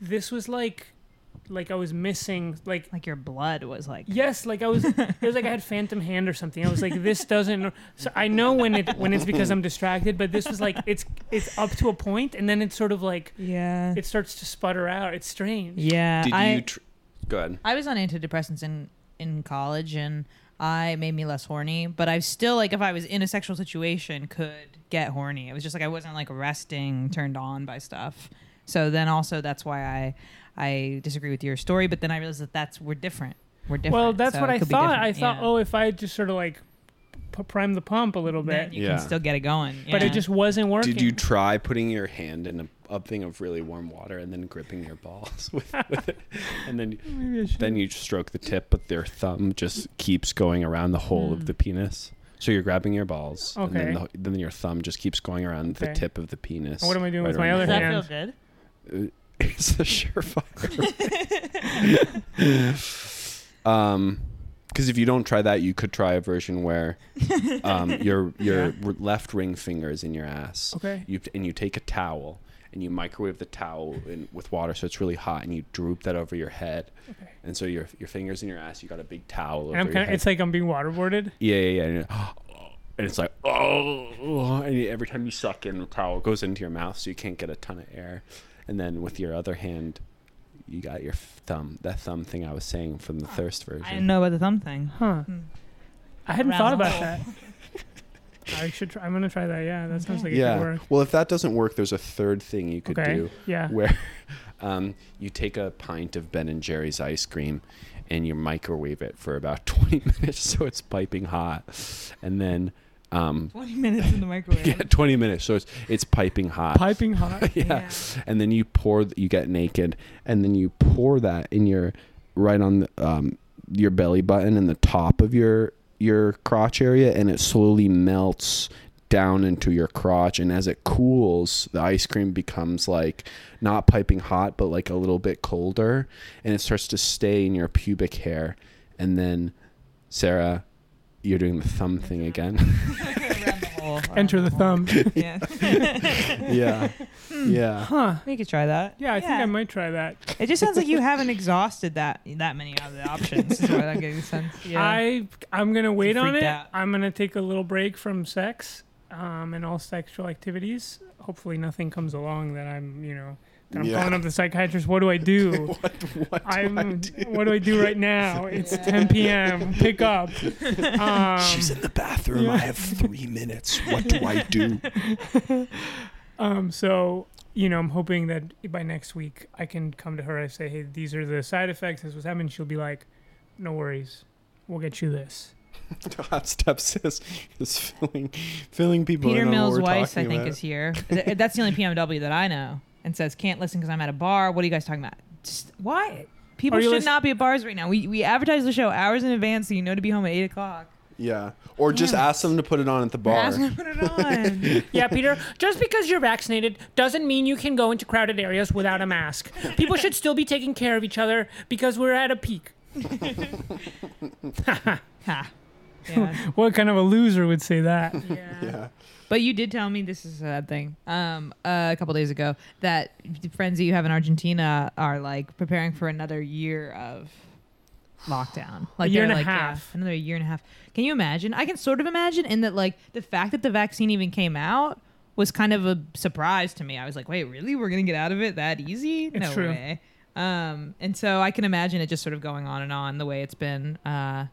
S4: this was like like i was missing like
S2: like your blood was like
S4: Yes, like I was. It was like I had phantom hand or something. I was like, this doesn't. So I know when it when it's because I'm distracted, but this was like it's it's up to a point, and then it's sort of like
S2: yeah
S4: it starts to sputter out. It's strange.
S2: yeah.
S3: Did
S2: I
S3: you tr- go ahead?
S2: I was on antidepressants in in college and I made me less horny, but I still like if I was in a sexual situation could get horny. It was just like I wasn't like resting turned on by stuff. So then also that's why I I disagree with your story, but then I realized that that's we're different. We're different.
S4: Well, that's
S2: so
S4: what
S2: it
S4: I
S2: could be
S4: thought.
S2: different,
S4: I thought,
S2: yeah.
S4: oh, if I just sort of like p- prime the pump a little
S2: then
S4: bit,
S2: you can
S3: Yeah.
S2: still get it going.
S4: but
S2: yeah.
S4: it just wasn't working.
S3: Did you try putting your hand in a, a thing of really warm water and then gripping your balls with, with it, and then then you stroke the tip, but their thumb just keeps going around the hole of the penis. So you're grabbing your balls, and then,
S4: Hmm. Okay.
S3: the, then your thumb just keeps going around
S4: Okay.
S3: the tip of the penis.
S4: And what am I doing
S3: right
S4: with my
S3: around
S4: other
S11: Does
S3: the
S11: that
S3: hole.
S11: feel
S4: hand?
S11: good?
S3: It's a surefire. um, because if you don't try that, you could try a version where um, your your r- left ring finger is in your ass.
S4: Okay.
S3: You and you take a towel and you microwave the towel in, with water, so it's really hot, and you droop that over your head.
S4: Okay.
S3: And so your your fingers in your ass, you got a big towel over
S4: And I'm
S3: your
S4: kind of.
S3: head.
S4: It's like I'm being waterboarded.
S3: yeah, yeah, yeah. And, you're- and it's like oh, and you- every time you suck in, the towel goes into your mouth, so you can't get a ton of air. And then with your other hand, you got your thumb, that thumb thing I was saying from the thirst version.
S2: I didn't know about the thumb thing.
S4: Huh. I hadn't thought
S11: Arousal.
S4: about that. I should. Try, I'm gonna try that. Yeah, that sounds like it could
S3: Yeah.
S4: work.
S3: Well, if that doesn't work, there's a third thing you could
S4: okay.
S3: do.
S4: Yeah.
S3: where um, you take a pint of Ben and Jerry's ice cream and you microwave it for about 20 minutes so it's piping hot, and then um,
S2: Twenty minutes in the microwave.
S3: yeah, 20 minutes so it's it's piping hot.
S4: Piping hot.
S3: yeah. and then you pour th- you get naked and then you pour that in your right on the, um, your belly button and the top of your your crotch area and it slowly melts down into your crotch and as it cools the ice cream becomes like not piping hot but like a little bit colder and it starts to stay in your pubic hair and then sarah you're doing the thumb thing again
S2: Around the hole, around
S4: Enter the
S2: hole.
S4: thumb.
S2: Yeah.
S3: yeah yeah
S4: Huh.
S2: We could try that.
S4: Yeah, I think I might try that.
S2: It just sounds like you haven't exhausted that that many of the options. is what I'm getting the sense.
S4: I I'm gonna wait on
S2: freaked
S4: it.
S2: out.
S4: I'm gonna take a little break from sex, um, and all sexual activities. Hopefully, nothing comes along that I'm, you know, that I'm
S3: Yeah.
S4: calling up the psychiatrist. What do I do? what,
S3: what
S4: I'm, What do I do right now? It's 10 p.m. Pick up. Um,
S12: She's in the bathroom. I have three minutes. What do I do?
S4: um, so you know, I'm hoping that by next week I can come to her and say, hey, these are the side effects. This was happening. She'll be like, no worries. We'll get you this.
S3: Hot steps is, is filling filling people
S2: Peter
S3: in on what
S2: Mills
S3: we're
S2: Weiss, I
S3: talking
S2: think,
S3: about.
S2: is here. Th- That's the only PMW that I know, and says can't listen because I'm at a bar. What are you guys talking about? Just why people
S4: Are you
S2: should
S4: listen-
S2: not be at bars right now. We we advertise the show hours in advance, so you know to be home at eight o'clock.
S3: yeah, or just ask them to put it on at the bar.
S2: Ask them to put it on.
S13: Yeah, Peter, just because you're vaccinated doesn't mean you can go into crowded areas without a mask. People should still be taking care of each other because we're at a peak.
S2: ha. Yeah.
S4: What kind of a loser would say that?
S3: Yeah,
S2: But you did tell me this is a sad thing. Um, uh, a couple days ago that the friends that you have in Argentina are like preparing for another year of lockdown. Like
S4: year
S2: they're,
S4: and a
S2: like, yeah,
S4: half.
S2: another year and a half. Can you imagine? I can sort of imagine in that like the fact that the vaccine even came out was kind of a surprise to me. I was like, wait, really? We're gonna get out of it that easy?
S4: It's
S2: no
S4: true.
S2: way. Um, and so I can imagine it just sort of going on and on the way it's been. Uh,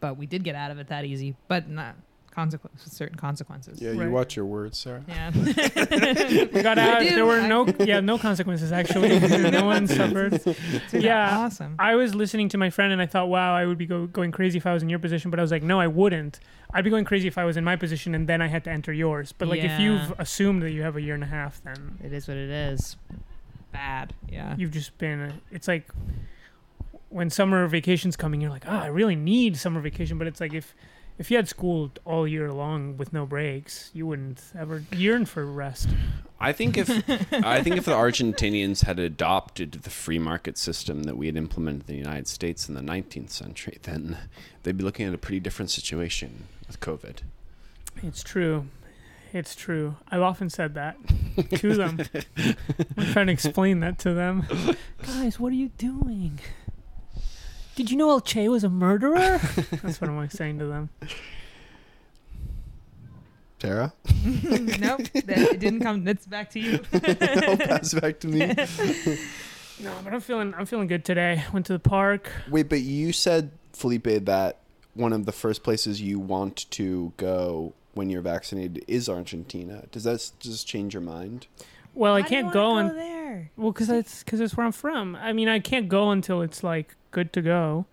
S2: but we did get out of it that easy, but not consequences, certain consequences.
S3: yeah.
S4: Right.
S3: You watch your words, Sarah.
S2: Yeah.
S4: We got
S2: I
S4: out.
S2: do.
S4: There were
S2: I-
S4: no, yeah, no consequences actually. no one suffered. Yeah.
S2: Awesome.
S4: I was listening to my friend and I thought, wow, I would be go- going crazy if I was in your position. But I was like, no, I wouldn't. I'd be going crazy if I was in my position and then I had to enter yours. But like,
S2: Yeah.
S4: if you've assumed that you have a year and a half, then
S2: It is what it is. Bad. Yeah.
S4: you've just been. It's like when summer vacation's coming, you're like, ah, I really need summer vacation. But it's like if if you had school all year long with no breaks, you wouldn't ever yearn for rest.
S3: I think if I think if the Argentinians had adopted the free market system that we had implemented in the United States in the 19th century, then they'd be looking at a pretty different situation with COVID.
S4: It's true. It's true. I've often said that to them. I'm trying to explain that to them.
S13: Guys, what are you doing? Did you know El Che was a murderer?
S4: That's what I'm like saying to them.
S3: Tara,
S2: nope. That, it didn't come. That's back to you.
S3: I'll Oh, pass it back to me.
S4: No, but I'm feeling I'm feeling good today. Went to the park.
S3: Wait, but you said Felipe that one of the first places you want to go when you're vaccinated is Argentina. Does that s- just change your mind?
S4: Well, I can't go, and
S2: there.
S4: well, because it's because it's where I'm from. I mean, I can't go until it's like good to go.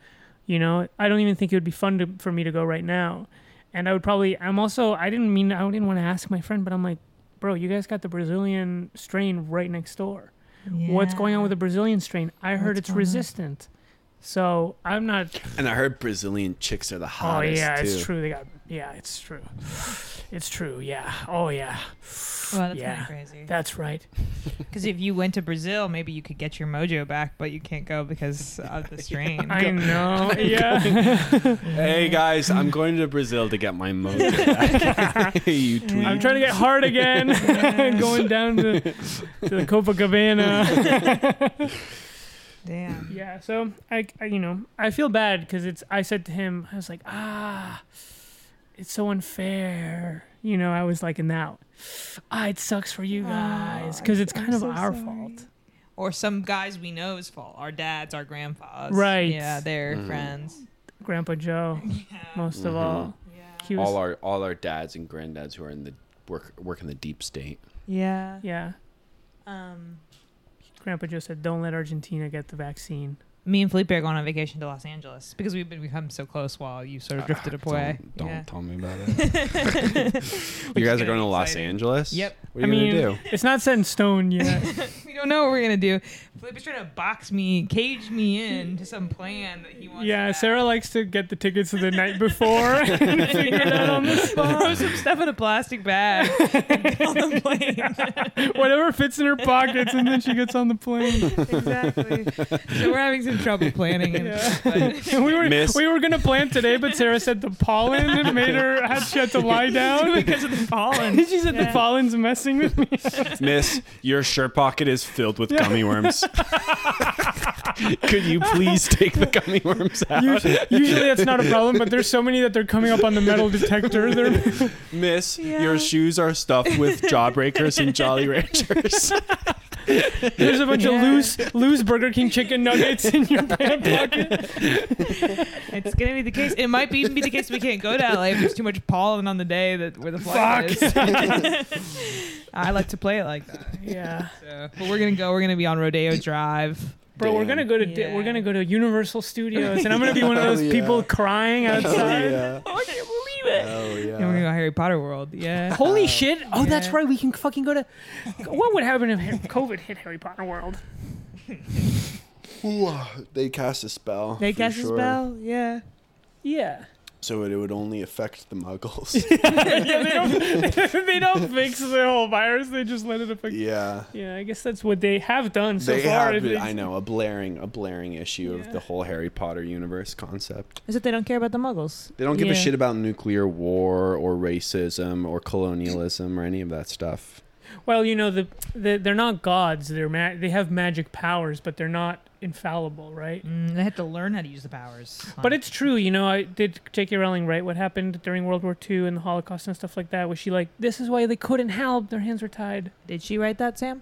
S4: You know, I don't even think it would be fun to, for me to go right now. And I would probably. I'm also. I didn't mean. I didn't want to ask my friend, but I'm like, bro, you guys got the Brazilian strain right next door. What's going on with the Brazilian strain? I heard
S2: What's
S4: it's
S2: going on?
S4: resistant. So I'm not.
S3: And I heard Brazilian chicks are the
S4: Oh
S3: hottest
S4: yeah,
S3: too.
S4: it's true. They got. Yeah, it's true. It's true. Yeah. Oh yeah.
S2: Well, that's
S4: yeah.
S2: kind of crazy.
S4: That's right.
S2: Because if you went to Brazil, maybe you could get your mojo back, but you can't go because of the strain.
S4: I know. Yeah.
S3: Hey guys, I'm going to Brazil to get my mojo. you tweet.
S4: I'm trying to get hard again. Going down to, to the Copacabana.
S2: Damn.
S4: yeah. So I, I, you know, I feel bad because it's. I said to him, I was like, ah, it's so unfair. You know, I was like, and now, ah, it sucks for you guys because it's kind of our fault.
S2: Or some guys we know's fault. Our dads, our grandpas.
S4: Right.
S2: Yeah, their
S3: Mhm.
S2: friends.
S4: Grandpa Joe, most of
S3: Mhm.
S4: all.
S2: Yeah.
S4: He was,
S3: all our all our dads and granddads who are in the work work in the deep state.
S2: Yeah.
S4: yeah.
S2: Um,
S4: Grandpa Joe said, "Don't let Argentina get the vaccine."
S2: me and Felipe are going on vacation to Los Angeles because we've been become so close while you sort of drifted away.
S3: Ah, Don't, don't
S2: Yeah.
S3: tell me about it. you guys are going to Los Angeles.
S2: Yep.
S3: What are
S4: I
S3: you
S4: mean,
S3: gonna do?
S4: it's not set in stone yet.
S2: We don't know what we're gonna do. Felipe's trying to box me, cage me in to some plan that he wants.
S4: yeah,
S2: to
S4: Sarah likes to get the tickets the night before and figure it out on the
S2: throw
S4: spot.
S2: some stuff in a plastic bag on the plane.
S4: Whatever fits in her pockets, and then she gets on the plane.
S2: exactly. So we're having some trouble planning. And,
S4: Yeah.
S2: but,
S4: And we were
S3: Miss.
S4: we were gonna plan today, but Sarah said the pollen and made her had she had to lie down because of the pollen. she said the pollen's messing with me.
S3: Miss, your shirt pocket is filled with gummy worms. Could you please take the gummy worms out?
S4: Usually, usually that's not a problem, but there's so many that they're coming up on the metal detector. They're
S3: Miss,
S2: Yeah.
S3: your shoes are stuffed with jawbreakers and Jolly Ranchers.
S4: There's a bunch of
S2: Yeah.
S4: loose loose Burger King chicken nuggets in your pant pocket.
S2: it's gonna be the case. It might be even be the case we can't go to LA if there's too much pollen on the day that where the flight
S4: Fuck.
S2: is. I like to play it like that.
S4: Yeah,
S2: So, but we're gonna go. We're gonna be on Rodeo Drive.
S4: bro, we're
S3: Damn.
S4: gonna go to di-
S2: Yeah.
S4: we're gonna go to Universal Studios, and I'm gonna be one of those
S3: Hell yeah.
S4: people crying outside.
S3: yeah.
S2: Oh, I can't believe it.
S3: Oh
S2: And we're gonna
S3: yeah.
S2: go Harry Potter World. Yeah.
S3: Uh,
S4: Holy shit! Oh, that's
S2: Yeah.
S4: right. We can fucking go to. What would happen if Har- COVID hit Harry Potter World?
S3: Ooh, they cast a spell.
S2: They
S3: for
S2: cast a
S3: sure.
S2: spell. Yeah.
S4: Yeah.
S3: So it, it would only affect the muggles.
S4: yeah, they don't, they don't fix the whole virus. They just let it affect. Yeah,
S3: yeah.
S4: I guess that's what they have done so
S3: they
S4: far.
S3: have,
S4: It-
S3: been-
S4: it's-
S3: I know, a blaring, a blaring issue
S4: Yeah.
S3: of the whole Harry Potter universe concept.
S8: Is that they don't care about the Muggles?
S3: They don't give
S2: Yeah.
S3: a shit about nuclear war or racism or colonialism or any of that stuff.
S4: Well, you know, the, the they're not gods. They're ma- they have magic powers, but they're not infallible, right?
S2: Mm, they had to learn how to use the powers.
S4: But it's true, you know. I did J.K. Rowling write what happened during World War II and the Holocaust and stuff like that? Was she like, this is why they couldn't help? Their hands were tied.
S8: Did she write that, Sam?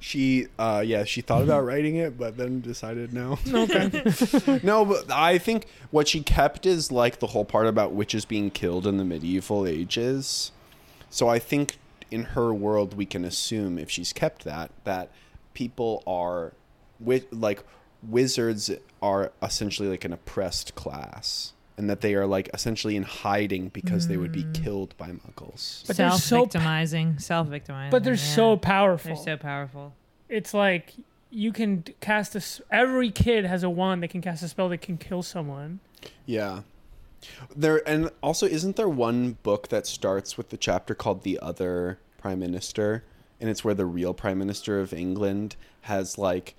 S3: She, uh, yeah, she thought about writing it, but then decided no.
S4: Okay.
S3: No, but I think what she kept is like the whole part about witches being killed in the medieval ages. So I think in her world, we can assume if she's kept that, that people are, wi- like, wizards are essentially like an oppressed class. And that they are like essentially in hiding because they would be killed by muggles.
S4: But they're so
S8: Self-victimizing, self-victimizing.
S4: but they're
S8: yeah.
S4: so powerful.
S8: they're so powerful.
S4: it's like you can d- cast a. s- Every kid has a wand that can cast a spell that can kill someone.
S3: Yeah. There and also isn't there one book that starts with the chapter called The Other Prime Minister and it's where the real Prime Minister of England has like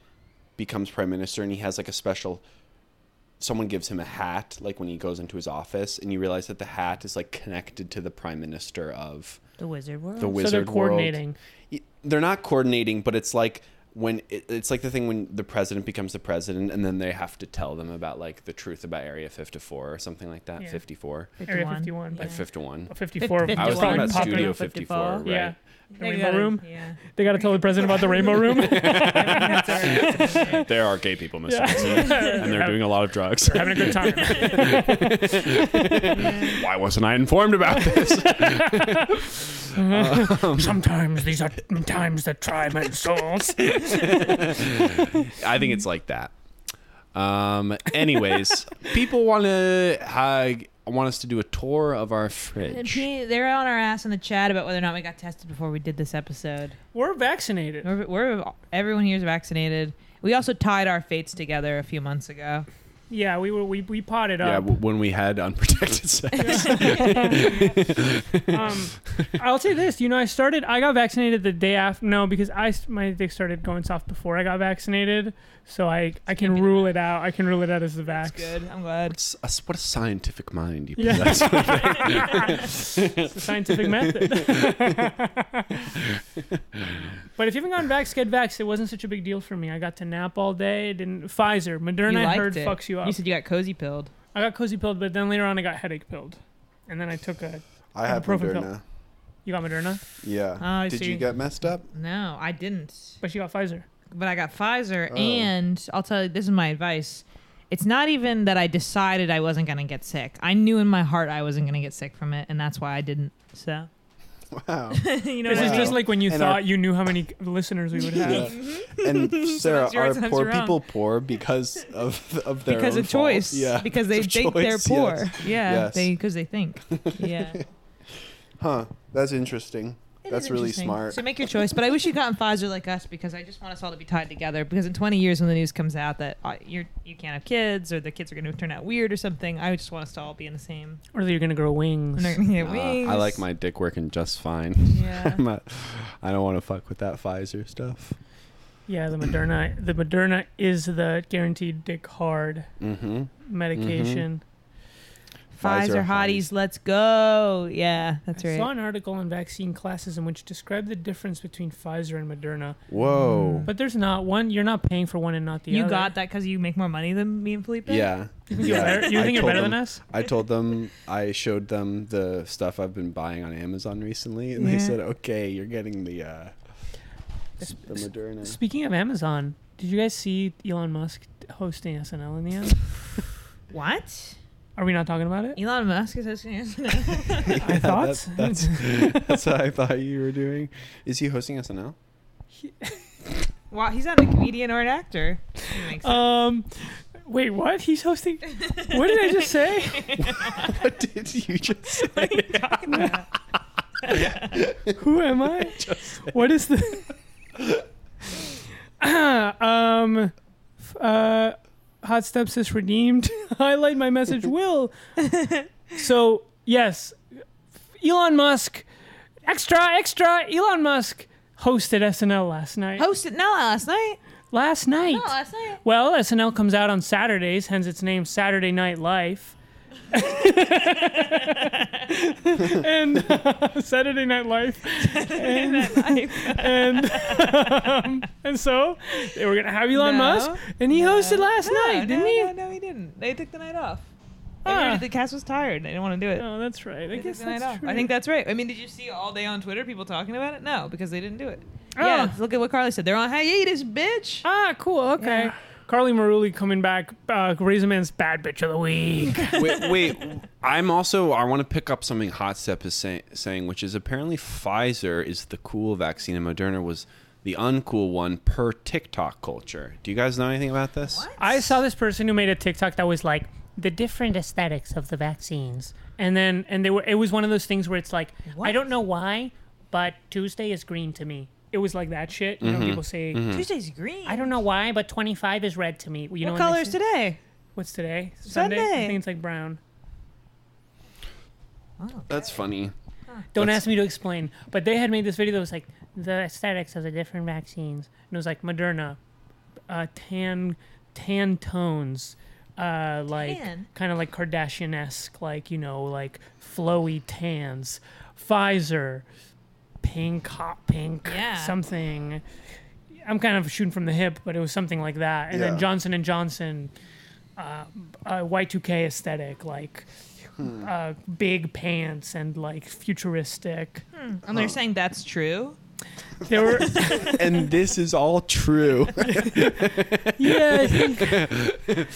S3: becomes Prime Minister and he has like a special someone gives him a hat like when he goes into his office and you realize that the hat is like connected to the Prime Minister of
S8: The wizard world.
S3: the wizard
S4: Oh, so they're
S3: world.
S4: coordinating.
S3: Y- They're not coordinating, but it's like when it, it's like the thing when the president becomes the president and then they have to tell them about like the truth about Area 54 or something like that.
S4: Yeah.
S3: 54.
S4: Area 51,
S3: Like 51.
S4: 54.
S8: Fif-
S3: I was
S8: Fifty-one.
S3: talking about
S4: Probably
S8: Popular
S3: Studio 54,
S8: 54,
S3: right?
S4: Yeah. The
S8: They
S4: Rainbow
S8: gotta-
S4: Room.
S8: Yeah.
S4: They got to tell the president about the Rainbow Room.
S3: There are gay people missing.
S4: and
S3: And they're doing a lot of drugs.
S4: having a good time.
S3: Why wasn't I informed about this?
S4: Sometimes these are times that try my souls.
S3: I think it's like that. Um, anyways, people want to uh, want us to do a tour of our
S8: And
S3: fridge.
S8: P- They're on our ass in the chat about whether or not we got tested before we did this episode.
S4: We're vaccinated.
S8: We're, we're everyone here is vaccinated. We also tied our fates together a few months ago.
S4: Yeah, we were we, we potted
S3: Yeah,
S4: up.
S3: w- when we had unprotected sex.
S4: um, I'll say this. You know, I started. I got vaccinated the day after. No, because I s- my dick started going soft before I got vaccinated. So I I can rule it out. I can rule it out as the vax.
S2: good. I'm glad.
S3: S- a s- what a scientific mind you
S4: Yeah.
S3: possess.
S4: It's a scientific method. but if you haven't gotten vax, get vax. It wasn't such a big deal for me. I got to nap all day. Didn't Pfizer, Moderna.
S2: you
S4: I
S2: liked
S4: heard
S2: it.
S4: fucks you up.
S2: You said you got cozy pilled.
S4: I got cozy pilled, but then later on I got headache pilled, and then I took a.
S3: I
S4: have
S3: have
S4: Ibuprofen pill.
S3: Moderna.
S4: You got Moderna,
S3: Yeah.
S8: Oh, I
S3: Did
S8: see.
S3: you get messed up?
S8: No, I didn't.
S4: but you got Pfizer.
S8: But I got Pfizer,
S3: Oh.
S8: and I'll tell you, this is my advice. It's not even that I decided I wasn't gonna get sick. I knew in my heart I wasn't gonna get sick from it, and that's why I didn't. So
S3: Wow.
S8: you know, what
S4: This is
S8: I
S3: Wow.
S4: just like when you
S3: And
S4: thought
S3: our-
S4: you knew how many listeners we would have.
S3: Yeah. And Sarah,
S8: yours,
S3: are
S8: that's
S3: poor
S8: your own.
S3: people poor because of of their
S2: Because
S3: own
S2: of choice.
S3: fault? Yeah.
S2: Because they
S3: It's a
S2: think they're
S3: choice,
S2: poor.
S3: yes.
S8: yeah,
S3: Yes.
S8: they because they think. Yeah, It
S3: Huh. That's interesting.
S8: is
S3: That's really
S8: interesting.
S3: smart.
S8: So make your choice. But I wish you gotten Pfizer like us because I just want us all to be tied together. Because in 20 years, when the news comes out that uh, you're you can't have kids or the kids are going to turn out weird or something, I just want us to all be in the same.
S4: Or that you're gonna grow
S8: And
S4: wings.
S8: they're gonna get
S3: Uh,
S8: wings.
S3: I like my dick working just fine.
S8: Yeah.
S3: I'm not, I don't want to fuck with that Pfizer stuff.
S4: Yeah, the Moderna. The Moderna is the guaranteed dick hard
S3: Mm-hmm.
S4: medication.
S8: Pfizer
S3: Pfizer
S8: hotties, let's go. Yeah, that's
S4: I
S8: right.
S4: saw an article on vaccine classes in which described the difference between Pfizer and Moderna.
S3: Whoa.
S4: But there's not one. You're not paying for one and not the
S8: you
S4: other.
S8: got that because you make more money than me and Felipe.
S2: Mm.
S3: Yeah.
S4: You think you're
S3: Yeah,
S4: better, you
S3: I
S4: think you're
S3: told
S4: better than
S3: them-
S4: us?
S3: I told them I showed them the stuff I've been buying on Amazon recently, and
S8: Yeah.
S3: they said, "Okay, you're getting the uh, the Moderna."
S4: Speaking of Amazon, did you guys see Elon Musk hosting SNL in the end?
S8: What?
S4: Are we not talking about it?
S8: Elon Musk is hosting us now.
S4: I thought.
S3: That- that's that's what I thought you were doing. Is he hosting SNL?
S8: Wow, he's not a comedian or an actor. Doesn't make sense.
S4: Um, wait, what? He's hosting. What did I just say?
S3: What did you just say?
S4: Who am I? What is the? um, f- uh, hot steps is redeemed. Highlight my message. Will. so yes, Elon Musk. Extra, extra. Elon Musk hosted SNL last night.
S2: Oh.
S8: Hosted not last night.
S4: last night.
S8: Not last night.
S4: Well, SNL comes out on Saturdays, hence its name Saturday Night Live. and uh, Saturday Night Live, and um, and so they were gonna have Elon
S8: No.
S4: Musk, and he hosted last
S8: No,
S4: night, didn't
S8: no,
S4: he?
S8: No, no, he didn't. They took the night off. They
S4: Ah.
S8: heard The cast was tired. They didn't want to do it.
S4: Oh, that's right. I
S8: They took
S4: guess
S8: the night
S4: that's
S8: off.
S4: true.
S8: I think that's right. I mean, did you see all day on Twitter people talking about it? No, because they didn't do it.
S4: Oh.
S8: Yeah, look at what Carly said. They're on hiatus, bitch.
S4: ah, cool. Okay, Carly Maruli coming back. Uh, Razor Man's bad bitch of the week.
S3: wait, wait. I'm also. I want to pick up something Hot Step is say, saying, which is apparently Pfizer is the cool vaccine and Moderna was the uncool one per TikTok culture. Do you guys know anything about this?
S4: I saw this person who made a TikTok that was like the different aesthetics of the vaccines, and then and they were it was one of those things where it's like I don't know why, but Tuesday is green to me. It was like that shit. You know, people say
S2: Mm-hmm.
S8: Tuesday's green.
S4: I don't know why, but twenty five is red to me. You
S8: What
S4: know when they
S8: color is
S4: say-
S8: today?
S4: What's today? Sunday. I
S8: Sunday.
S4: think it's like brown.
S3: That's funny.
S4: Don't ask me to explain. But they had made this video that was like the aesthetics of the different vaccines, and it was like Moderna, uh, tan, tan tones, uh, like
S8: Tan?
S4: kind of like Kardashian esque, like you know, like flowy tans. Pfizer, pink, hot pink,
S8: Yeah.
S4: something. I'm kind of shooting from the hip, but it was something like that. And then
S3: Yeah.
S4: Johnson and Johnson, uh, uh, Y2K aesthetic, like uh, big pants and like futuristic.
S8: And
S3: Oh.
S8: they're saying that's true.
S4: There were
S3: and this is all true.
S4: yeah, I think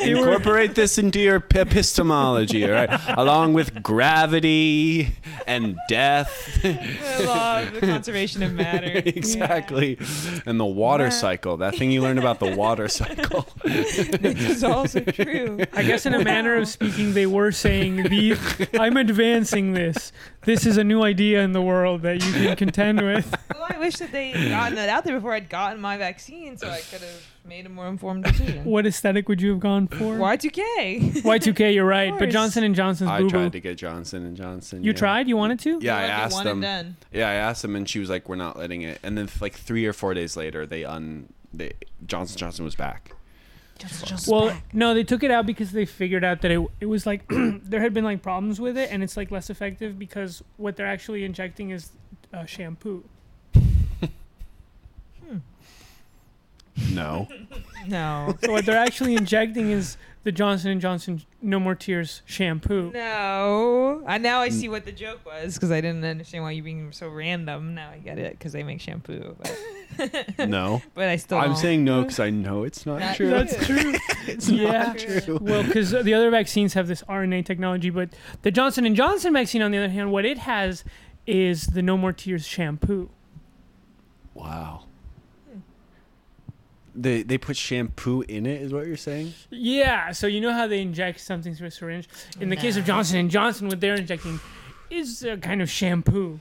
S3: Incorporate this into your p- epistemology, all right? Along with gravity and death.
S8: The law of the conservation of matter.
S3: exactly. And the water cycle. That thing you learned about the water cycle.
S8: It's also true.
S4: I guess in a manner of speaking they were saying the I'm advancing this. This is a new idea in the world that you can contend with.
S8: Well, I wish that they had gotten that out there before I'd gotten my vaccine so I could have made a more informed decision.
S4: What aesthetic would you have gone for?
S8: Y2K.
S4: Y two K, you're right. But
S8: course.
S4: Johnson and Johnson's
S3: I
S4: boo
S3: tried
S4: boo.
S3: to get Johnson and Johnson.
S4: You
S3: yeah.
S4: tried? You wanted to?
S3: Yeah, I
S8: Like a
S3: asked
S8: one
S3: them.
S8: and done.
S3: Yeah, I asked them, and she was like, "We're not letting it." And then, like three or four days later, they un they, Johnson Johnson was back.
S4: Well, no, they took it out because they figured out that it, it was like there had been like problems with it, and it's like less effective because what they're actually injecting is uh, shampoo.
S3: No,
S8: No.
S4: So what they're actually injecting is the Johnson and Johnson No More Tears shampoo.
S8: No. I, now
S3: Mm.
S8: I see what the joke was because I didn't understand why you being so random. Now I get it because they make shampoo. But,
S3: no.
S8: but I still.
S3: I'm
S8: don't.
S3: saying no because I know it's not
S8: Not
S3: true.
S8: That's
S4: true. yeah. Well, because the other vaccines have this RNA technology, but the Johnson and Johnson vaccine, on the other hand, what it has is the No More Tears shampoo.
S3: Wow. They they put shampoo in it, is what you're saying?
S4: Yeah. So you know how they inject something through a syringe. In the case of Johnson and Johnson, what they're injecting is a kind of shampoo.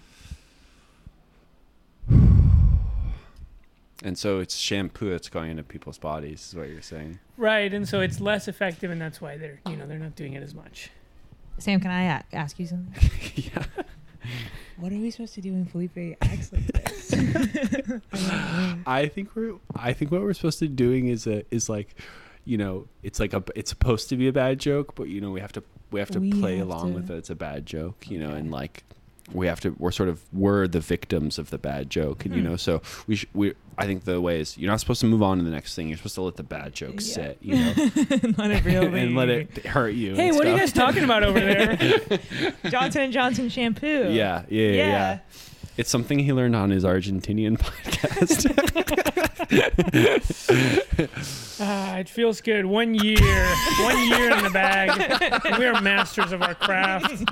S3: And so it's shampoo that's going into people's bodies, is what you're saying.
S4: Right, and so it's less effective, and that's why they're you know they're not doing it as much.
S8: Sam, can I a- ask you something?
S3: yeah.
S2: What are we supposed to do when Felipe acts like this?
S3: I think we're I think what we're supposed to be doing is a is like you know, it's like a it's supposed to be a bad joke, but you know, we have to we have to
S2: We
S3: play
S2: have
S3: along
S2: to-
S3: with it. It's a bad joke, you know,
S2: Okay.
S3: and like we have to we're sort of we're the victims of the bad joke, and you know, so we sh- we I think the way is you're not supposed to move on to the next thing. You're supposed to let the bad joke sit, you know,
S8: Not a real
S3: and let it hurt you.
S4: Hey,
S3: and
S4: what are you
S3: stuff.
S4: guys talking about over there?
S8: Johnson and Johnson shampoo.
S3: Yeah, yeah, yeah, yeah. It's something he learned on his Argentinian podcast.
S4: Ah, it feels good. One year, one year in the bag. We are masters of our craft,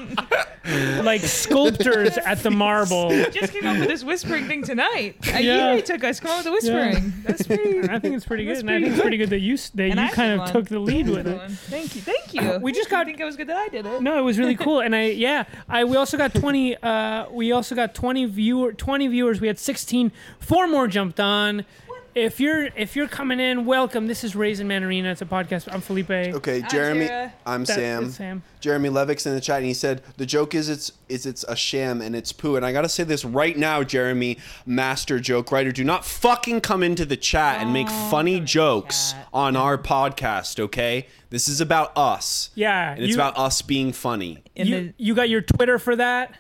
S4: like sculptors at the marble.
S2: Just came up with this whispering thing tonight. A
S4: Yeah.
S2: year it took us to come up with the whispering. That's pretty.
S4: I think it's pretty
S2: That's
S4: good, and I think it's pretty good that you s- that
S2: And I
S4: you kind
S2: did
S4: of
S2: one.
S4: took the lead with it.
S2: Thank you, thank you.
S4: We just
S2: I
S4: got
S2: think it was good that I did it.
S4: no, it was really cool, and I yeah, I we also got twenty. Uh, we also got twenty viewer twenty viewers. We had sixteen. Four more jumped on. If you're if you're coming in, welcome. This is Raisin Man Arena. It's a podcast. I'm Felipe.
S3: Okay, Jeremy.
S2: Tara.
S3: I'm
S4: That-
S3: Sam.
S4: it's Sam.
S3: Jeremy Levick's in the chat, and he said the joke is it's is it's a sham and it's poo. And I gotta say this right now, Jeremy, master joke writer, do not fucking come into the chat and make
S4: Oh,
S3: funny jokes on our podcast. Okay, this is about us.
S4: Yeah,
S3: and it's
S4: you-
S3: about us being funny.
S8: In
S4: you,
S8: the-
S4: you got your Twitter for that.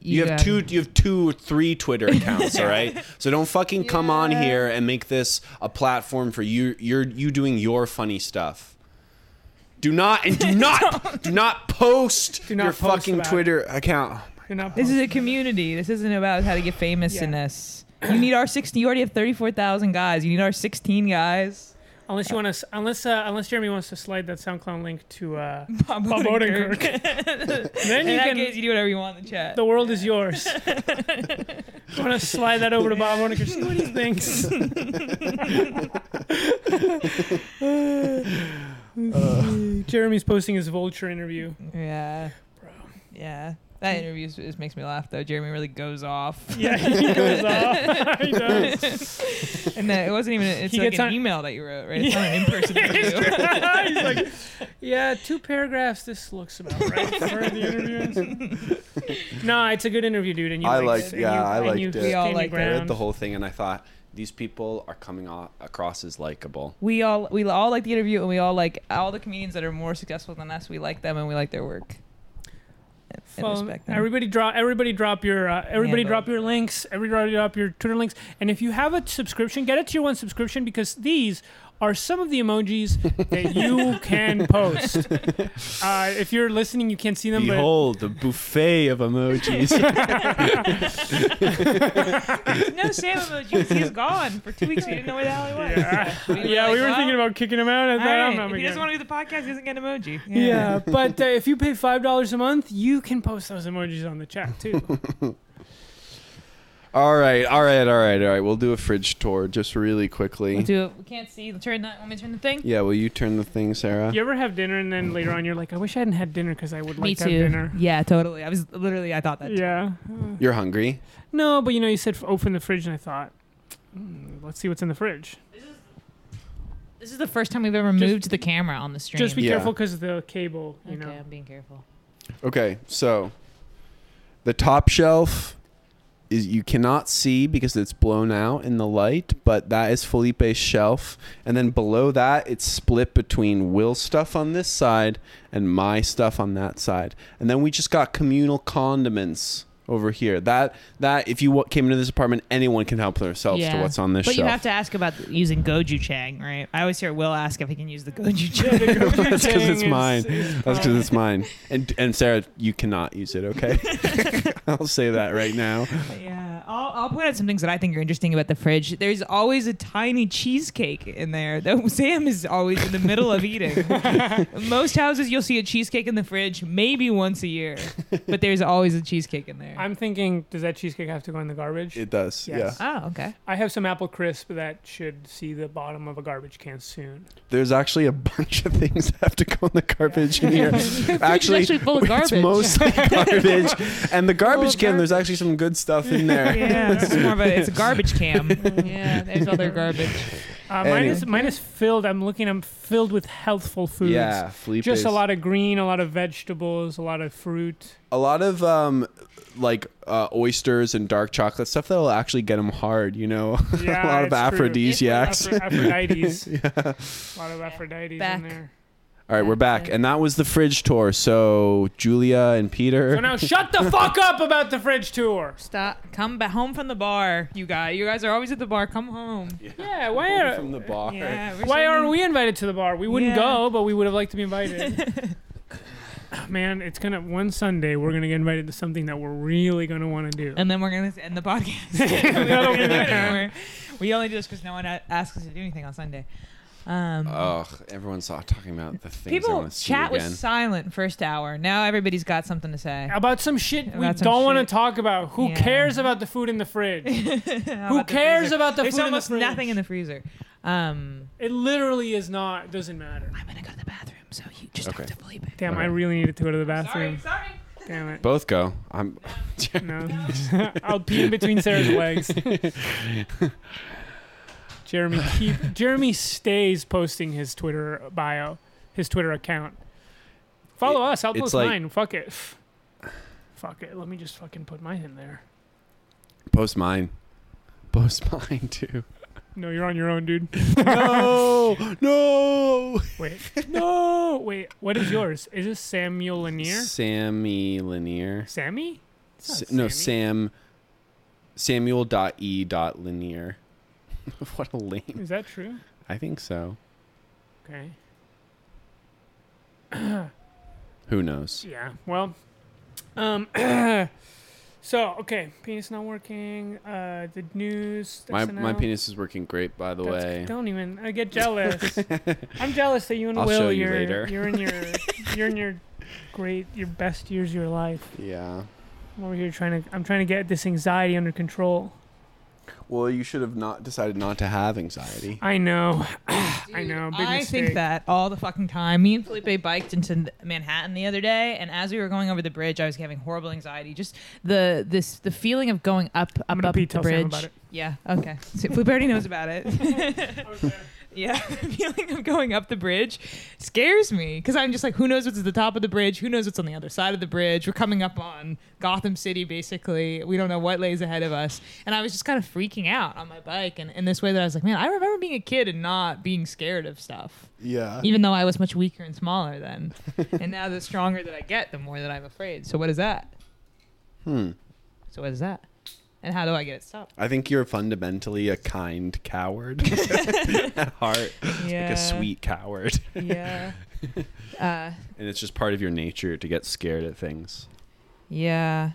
S3: You have two, you have two or three Twitter accounts, all right. So don't fucking come on here and make this a platform for you. You're you doing your funny stuff. Do not and do not do not post
S4: not
S3: your
S4: post
S3: fucking
S4: about it.
S3: Twitter account.
S4: You're not
S8: This is a community. This isn't about how to get famous in this. You need our 16. You already have 34,000 guys. You need our 16 guys.
S4: Unless you want to, unless uh, unless Jeremy wants to slide that SoundCloud link to uh,
S2: Bob
S4: Bob Odenkirk, then
S2: In
S4: you
S2: that
S4: can.
S2: case, you do whatever you want in the chat.
S4: the world is yours. want to slide that over to Bob Odenkirk? See what he thinks. Jeremy's posting his vulture interview.
S2: yeah, bro. Yeah, that interview is- just makes me laugh though. Jeremy really goes off,
S4: Yeah, he goes off. he does.
S2: and that, it wasn't even. It's
S4: He
S2: like
S4: gets
S2: an
S4: on-
S2: email that you wrote, right? It's not an in-person interview.
S4: He's like, yeah, two paragraphs. This looks about right for the interview. no, it's a good interview, dude. And you
S3: I
S4: liked,
S3: liked-
S4: and
S3: yeah,
S4: you,
S3: I
S4: and
S3: liked
S4: you
S3: it.
S4: came
S3: We
S2: all
S4: your
S2: liked it.
S3: I read
S4: ground.
S3: the whole thing and I thought these people are coming o- across as likable.
S2: we all we all like the interview, and we all like all the comedians that are more successful than us. We like them, and we like their work. And- And
S4: Follow-
S2: respect them.
S4: everybody drop everybody drop your uh, everybody
S2: Handle.
S4: drop your links everybody drop your twitter links and if you have a subscription get a tier one subscription because these are some of the emojis that you can post uh, if you're listening you can't see them
S3: Behold the buffet of emojis.
S2: no Sam emojis. He's gone for two weeks. We didn't know where the hell he
S4: but
S2: was.
S4: yeah,
S2: were
S4: yeah we
S2: like,
S4: were
S2: well,
S4: thinking about kicking them out and
S2: All
S4: I thought,
S2: right.
S4: I'm
S2: If he doesn't
S4: gonna-
S2: want to do the podcast, he doesn't get an emoji.
S4: yeah, but uh, if you pay five dollars a month, you can post those emojis on the chat too.
S3: all right, all right, all right, all right. We'll do a fridge tour just really quickly.
S2: Do it. We can't see. Turn that. Want me to turn the thing?
S3: Yeah, will you turn the thing, Sarah?
S4: You ever have dinner and then later on you're like, I wish I hadn't had dinner because I would
S2: Me
S4: like to
S2: too.
S4: have dinner.
S2: Yeah, totally. I was literally. I thought that. too.
S4: Yeah.
S3: You're hungry.
S4: No, but you know, you said f- open the fridge, and I thought, "Hmm, let's see what's in the fridge.
S2: This is the first time we've ever moved the camera on the stream.
S4: Just be
S3: Yeah.
S4: careful 'cause careful because the cable, you
S2: okay,
S4: know.
S2: I'm being careful.
S3: Okay, so the top shelf is you cannot see because it's blown out in the light, but that is Felipe's shelf. And then below that, it's split between Will's stuff on this side and my stuff on that side. And then we just got communal condiments over here. That that if you wa- came into this apartment, anyone can help themselves to
S2: Yeah.
S3: what's on this
S2: But you
S3: shelf.
S2: have to ask about the- using goju chang, right? I always hear Will ask if he can use the goju chang.
S3: That's because it's
S4: Everything
S3: mine.
S4: is-
S3: That's because it's mine. And and Sarah, you cannot use it. Okay, I'll say that right now.
S2: yeah, I'll, I'll point out some things that I think are interesting about the fridge. There's always a tiny cheesecake in there that Sam is always in the middle of eating. Most houses, you'll see a cheesecake in the fridge maybe once a year, but there's always a cheesecake in there.
S4: I'm thinking, does that cheesecake have to go in the garbage?
S3: It does.
S4: Yes.
S3: Yeah.
S2: oh, okay.
S4: I have some apple crisp that should see the bottom of a garbage can soon.
S3: There's actually a bunch of things that have to go in the garbage in here.
S2: Actually,
S3: actually,
S2: actually full of
S3: it's
S2: garbage.
S3: mostly garbage. And the garbage can, there's actually some good stuff in there.
S2: yeah, it's more of a it's a garbage cam. yeah, there's other garbage.
S4: Uh, mine,
S3: Anyway.
S4: is, mine is filled. I'm looking. I'm filled with healthful foods.
S3: Yeah, Felipe's.
S4: Just a lot of green, a lot of vegetables, a lot of fruit.
S3: a lot of um, like uh, oysters and dark chocolate stuff that'll actually get them hard. You know, a
S4: Yeah,
S3: lot
S4: it's
S3: of
S4: true.
S3: aphrodisiacs.
S4: Aphro- Aphrodites. A lot of Aphrodites
S2: Back.
S4: in there.
S3: All right, we're back, and that was the fridge tour. So Julia and Peter.
S4: So now shut the fuck up about the fridge tour.
S2: Stop. Come back home from the bar, you guys. You guys are always at the bar. Come home.
S4: Yeah, why are
S3: from the bar.
S2: Yeah. we're
S4: why
S2: so-
S4: aren't we invited to the bar? We wouldn't
S2: Yeah.
S4: go, but we would have liked to be invited. Man, it's gonna one Sunday we're gonna get invited to something that we're really gonna want to do.
S2: And then we're gonna end the podcast.
S4: That'll be the-
S2: We're- we We only do this because no one a- asks us to do anything on Sunday. Um,
S3: Ugh, everyone's all talking about the Oh, things I
S2: people
S3: want to see
S2: chat
S3: again.
S2: was silent first hour. Now everybody's got something to say.
S4: About some shit we
S2: About some
S4: don't want to
S2: shit.
S4: talk about. Who
S2: Yeah.
S4: cares about the food in the fridge?
S2: How
S4: Who
S2: about the
S4: cares
S2: freezer?
S4: about the
S2: There's
S4: food in the
S2: almost
S4: fridge?
S2: nothing in the freezer. Um,
S4: It literally is not. Doesn't matter.
S2: I'm gonna go to the bathroom, so you just
S3: Okay.
S2: have to believe it.
S4: Damn, I
S3: Alright.
S4: really needed to go to the bathroom.
S2: sorry.
S4: Damn it.
S3: Both go. I'm.
S4: No. I'll pee in between Sarah's legs. Jeremy keep Jeremy stays posting his Twitter bio, his Twitter account. Follow us. I'll
S3: it's
S4: post
S3: like-
S4: mine. Fuck it. Fuck it. Let me just fucking put mine in there.
S3: Post mine. Post mine too.
S4: No, you're on your own, dude.
S3: no, no.
S4: Wait. No. Wait. What is yours? Is this Samuel Lanier?
S3: Sammy Lanier.
S4: Sammy? It's not
S3: S- no,
S4: Sammy.
S3: Sam. Samuel dot E dot Lanier. what a lame.
S4: Is that true?
S3: I think so.
S4: Okay.
S3: Who knows?
S4: Yeah. Well, um, so okay, penis not working. Uh, the news.
S3: My
S4: SNL.
S3: my penis is working great, by the
S4: That's-
S3: way.
S4: Don't even. I get jealous. I'm jealous that you and
S3: I'll
S4: Will.
S3: show you
S4: are
S3: later.
S4: You're in your. You're in your great. Your best years of your life.
S3: Yeah.
S4: I'm over here trying to. I'm trying to get this anxiety under control.
S3: Well, you should have not decided not to have anxiety.
S4: I know. I know. Big
S2: I
S4: mistake.
S2: think that all the fucking time. Me and Felipe biked into Manhattan the other day, and as we were going over the bridge, I was having horrible anxiety. Just the this the feeling of going up up
S4: I'm gonna
S2: up
S4: pee
S2: the
S4: tell
S2: bridge.
S4: Sam about it.
S2: Yeah. Okay. So Felipe already knows about it. yeah. The feeling of going up the bridge scares me because I'm just like, who knows what's at the top of the bridge? Who knows what's on the other side of the bridge? We're coming up on Gotham City, basically. We don't know what lays ahead of us. And I was just kind of freaking out on my bike. And in this way, that I was like, man, I remember being a kid and not being scared of stuff,
S14: Yeah.
S2: even though I was much weaker and smaller then. and now the stronger that I get, the more that I'm afraid. So, what is that?
S3: Hmm.
S2: So, what is that? And how do I get it stopped?
S3: I think you're fundamentally a kind coward at heart,
S2: Yeah.
S3: like a sweet coward,
S2: yeah. Uh,
S3: and it's just part of your nature to get scared at things.
S2: yeah.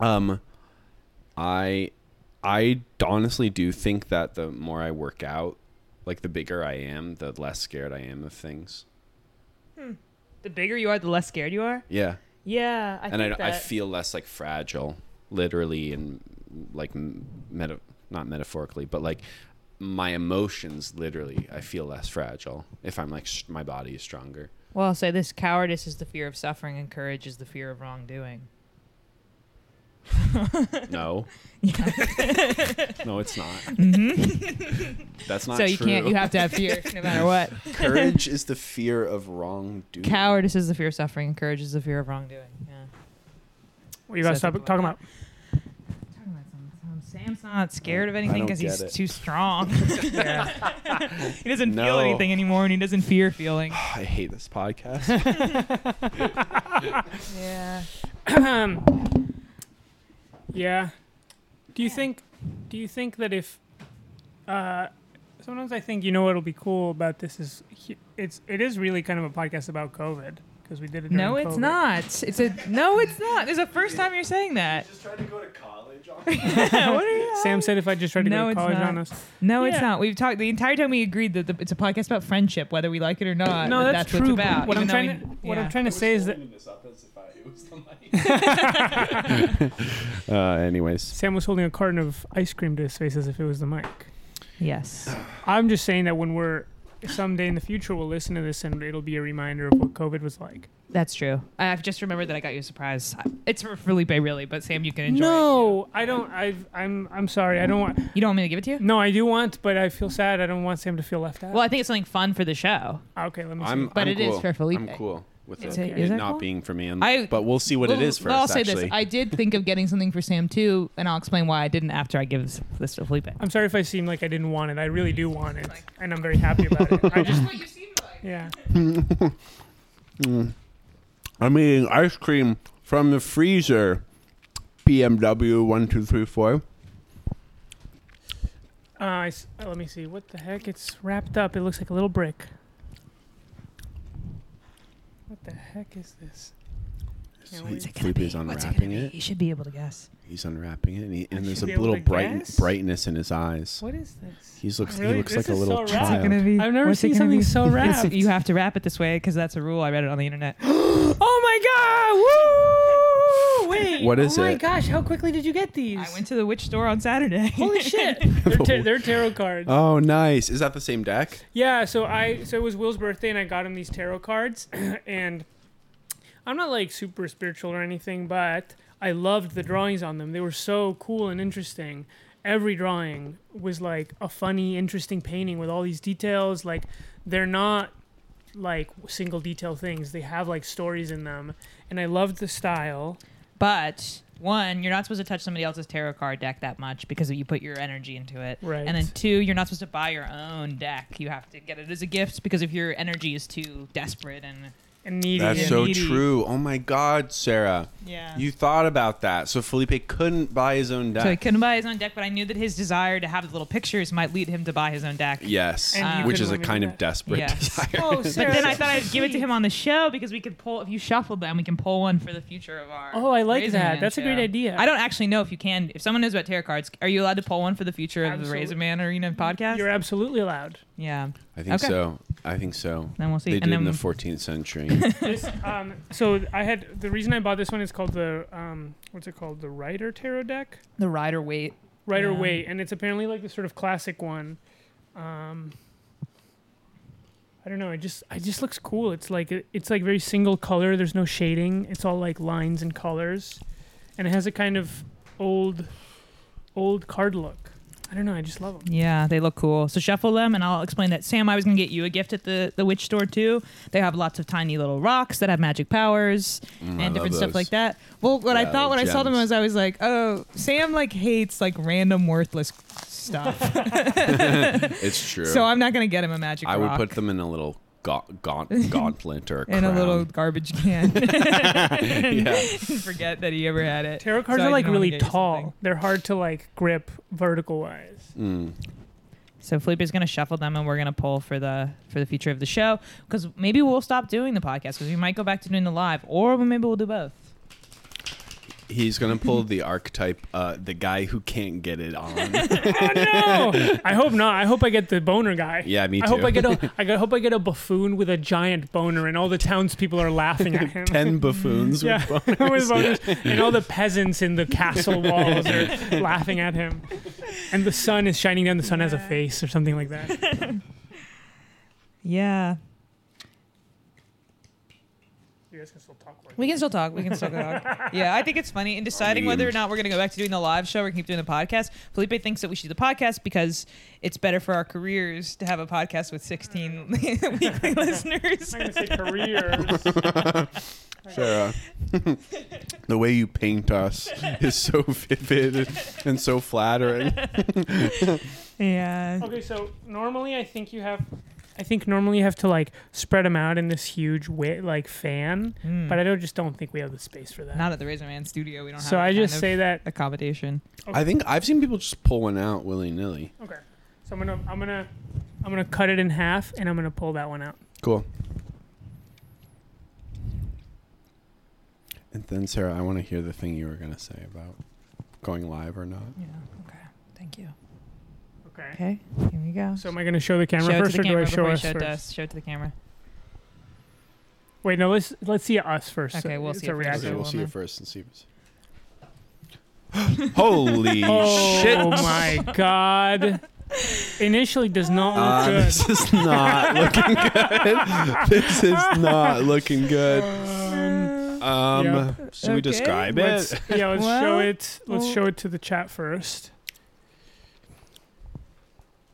S3: Um, I, I honestly do think that the more I work out, like the bigger I am, the less scared I am of things.
S2: The bigger you are, the less scared you are.
S3: Yeah,
S2: Yeah, I
S3: and I,
S2: think
S3: I
S2: that-
S3: feel less like fragile, literally and like m- meta, not metaphorically, but like my emotions literally, I feel less fragile if I'm like sh- my body is stronger.
S2: Well, I'll say this: cowardice is the fear of suffering, and courage is the fear of wrongdoing.
S3: No. no, it's not. That's
S2: Mm-hmm.
S3: not
S2: so you
S3: true.
S2: can't. You have to have fear, no matter what.
S3: Courage is the fear of wrongdoing.
S2: Cowardice is the fear of suffering, and courage is the fear of wrongdoing. Yeah.
S4: What you gotta
S2: Said
S4: stop
S2: something
S4: talking
S2: like
S4: about?
S2: Talking about something- Sam's not scared of anything
S3: don't
S2: because
S3: get
S2: he's
S3: it.
S2: too strong. he doesn't
S3: No.
S2: feel anything anymore, and he doesn't fear feeling.
S8: Oh,
S3: I hate this podcast.
S2: yeah.
S4: Yeah. Do you think? Do you think that if? Uh, sometimes I think you know what'll be cool about this is he- it's it is really kind of a podcast about COVID because we did it.
S2: No,
S4: during
S2: it's
S4: COVID.
S2: not. It's a no, it's not. It's the first time you're saying that.
S14: Just trying to go to college.
S2: what are you?
S4: Sam said if I just tried to
S2: No,
S4: go to
S2: it's
S4: college
S2: not.
S4: on us.
S2: No, it's
S4: Yeah.
S2: not. We've talked the entire time. We agreed that the, it's a podcast about friendship, whether we like it or not.
S4: No,
S2: that
S4: that's,
S2: what it's
S4: true. but
S2: about.
S4: what I'm
S2: even though
S4: trying to
S2: we-
S4: what
S2: yeah.
S4: I'm trying to say is that
S14: this up as if I, it was the mic.
S3: Uh, anyways,
S4: Sam was holding a carton of ice cream to his face as if it was the mic.
S2: Yes.
S4: I'm just saying that when we're someday in the future we'll listen to this and it'll be a reminder of what COVID was like.
S2: That's true. I- I've just remembered that I got you a surprise. I- It's for Felipe, really, but Sam, you can enjoy
S4: No, I don't. I've, I'm I'm sorry. I don't want.
S2: it. You don't want me to give it to you?
S4: No, I do want, but I feel sad. I don't want Sam to feel left out. Ah,
S2: Well, I think it's something fun for the show.
S4: Okay, let me. See.
S3: I'm.
S2: But
S3: I'm
S2: it is
S3: cool.
S2: for Felipe.
S3: I'm cool with
S2: Is
S3: it,
S2: it- is
S3: it
S2: it
S3: not
S2: cool?
S3: being for me. And,
S2: I-
S3: but we'll see what it
S2: Well,
S3: is for
S2: well,
S3: us.
S2: I'll say
S3: actually,
S2: this. I did think of getting something for Sam, too, and I'll explain why I didn't after I give this- this to Felipe.
S4: I'm sorry if I seem like I didn't want it. I really do want it, and I'm very happy about it. I just,
S2: you seem like.
S4: yeah.
S14: I'm eating ice cream from the freezer. BMW one two three four.
S4: Uh, I s- uh, let me see. What the heck? It's wrapped up. It looks like a little brick. What the heck is this? Can't wait.
S3: Felipe's unwrapping it.
S2: You should be able to guess.
S8: He's unwrapping it, and, he, and there's a
S4: be able
S8: little
S4: to
S8: bright,
S4: guess?
S8: brightness in his eyes.
S4: What is this?
S8: He's looks.
S4: Really?
S8: He looks like
S4: This
S8: a
S4: is
S8: little
S4: so rad.
S3: Oh.
S8: child.
S2: be?
S4: I've never
S2: what's it
S4: seen
S2: gonna
S4: something
S2: be?
S4: so
S2: It's-
S4: wrapped.
S2: You have to wrap it this way because that's a rule. I read it on the internet.
S4: oh my god! Woo! Wait.
S8: What is
S4: Oh my
S8: it?
S4: gosh! How quickly did you get these?
S2: I went to the witch store on Saturday.
S4: Holy shit! they're, ta- they're tarot cards.
S8: Oh, nice! Is that the same deck?
S4: Uh, Yeah, so I so it was Will's birthday and I got him these tarot cards and I'm not like super spiritual or anything, but I loved the drawings on them. They were so cool and interesting. Every drawing was like a funny, interesting painting with all these details. Like they're not like single detail things. They have like stories in them. And I loved the style.
S2: But one, you're not supposed to touch somebody else's tarot card deck that much because you put your energy into it.
S4: Right.
S2: And then two, you're not supposed to buy your own deck. You have to get it as a gift because if your energy is too desperate and
S4: And needy.
S8: That's
S4: and
S8: so
S4: needy.
S8: true. Oh my God, Sarah,
S2: yeah.
S8: you thought about that. So Felipe couldn't buy his own deck.
S2: so he couldn't buy his own deck, but I knew that his desire to have the little pictures might lead him to buy his own deck.
S8: yes,
S4: And
S2: you
S8: which
S4: couldn't
S8: is a
S4: let me
S8: kind
S4: do
S8: of
S4: that.
S8: desperate
S2: Yes.
S8: desire.
S4: Oh, Sarah,
S2: But then I
S4: so
S2: thought I'd give it to
S4: sweet.
S2: him on the show because we could pull if you shuffle them, we can pull one for the future of our.
S4: Oh, I like
S2: Razor
S4: that.
S2: Man
S4: That's a great
S2: show.
S4: idea.
S2: I don't actually know if you can. If someone knows about tarot cards, are you allowed to pull one for the future of
S4: Absolute-
S2: the Razor Man Arena podcast?
S4: You're absolutely allowed.
S2: yeah.
S8: I think
S2: Okay.
S8: so. I think so.
S2: Then we'll see.
S8: They
S2: And
S8: did in
S2: then-
S8: the 14th century. Mm,
S4: This, um, so I had the reason I bought this one is called the um, what's it called the Rider Tarot deck,
S2: The Rider Waite.
S4: Rider
S2: Yeah.
S4: Waite, and it's apparently like the sort of classic one. Um, I don't know. It just it just looks cool. It's like it's like very single color. There's no shading. It's all like lines and colors, and it has a kind of old old card look. I don't know. I just love them.
S2: Yeah, they look cool. So shuffle them, and I'll explain that. Sam, I was gonna get you a gift at the the witch store too. They have lots of tiny little rocks that have magic powers
S8: I love
S2: and different stuff
S8: those.
S2: like that. Well, what
S8: Yeah,
S2: I thought when I saw them
S8: gems.
S2: was I was like, oh, Sam like hates like random worthless stuff.
S8: it's true.
S2: so I'm not gonna get him a magic.
S8: I would
S2: rock
S8: put them in a little ga- gaunt, gauntlet or
S2: in a
S8: crown.
S2: little garbage can.
S8: yeah.
S2: Forget that he ever had it.
S4: Tarot cards
S2: So I
S4: are like
S2: didn't wanna
S4: really
S2: get you
S4: tall.
S2: something.
S4: They're hard to like grip vertical wise.
S8: Mm.
S2: So Felipe's gonna shuffle them, and we're gonna pull for the for the future of the show because maybe we'll stop doing the podcast because we might go back to doing the live, or maybe we'll do both.
S8: He's gonna pull the archetype, uh, the guy who can't get it on.
S4: oh no! I hope not. I hope I get the boner guy.
S8: yeah, me too.
S4: I hope I get a I hope I get a buffoon with a giant boner and all the townspeople are laughing at him.
S8: ten buffoons.
S4: yeah,
S8: With
S4: with boners. and all the peasants in the castle walls are laughing at him. And the sun is shining down. The sun has a face or something like that.
S2: Yeah,
S4: You guys can still talk. Like
S2: we can still talk. We can still talk. yeah, I think it's funny in deciding whether or not we're gonna go back to doing the live show or keep doing the podcast. Felipe thinks that we should do the podcast because it's better for our careers to have a podcast with sixteen weekly listeners.
S4: I'm not gonna say career.
S8: Sarah, the way you paint us is so vivid and so flattering.
S2: Yeah.
S4: Okay, so normally I think you have, I think normally you have to like spread them out in this huge wi- like fan,
S2: Mm.
S4: but I don't just don't think we have the space for that.
S2: Not at the Razor Man Studio. We don't have.
S4: so
S2: that
S4: I
S2: kind
S4: just
S2: of
S4: say that
S2: accommodation.
S8: I think I've seen people just pull one out willy nilly.
S4: Okay. So I'm gonna I'm gonna I'm gonna cut it in half and I'm gonna pull that one out.
S8: Cool. And then Sarah, I want to hear the thing you were gonna say about going live or not.
S2: Yeah. Okay. Thank you.
S4: Okay.
S2: Okay. Here we go.
S4: So am I gonna show the camera
S2: show it
S4: first
S2: to the camera
S4: or do I show
S2: before you
S4: us
S2: show it
S4: first?
S2: to us? Show it to the camera.
S4: Wait, no, let's let's see us first.
S2: Okay, we'll
S4: it's
S2: see
S4: a
S2: it first.
S8: Okay,
S4: reaction.
S2: Actual
S8: we'll see it
S2: woman.
S8: first and see. If it's... Holy
S4: Oh
S8: shit!
S4: my god. Initially does not look
S8: Uh,
S4: good.
S8: this is not looking good. this is not looking good. Um, should we
S2: okay.
S8: describe
S4: Let's,
S8: it?
S4: yeah, let's show
S2: Well,
S4: it. Let's
S2: well-
S4: show it to the chat first.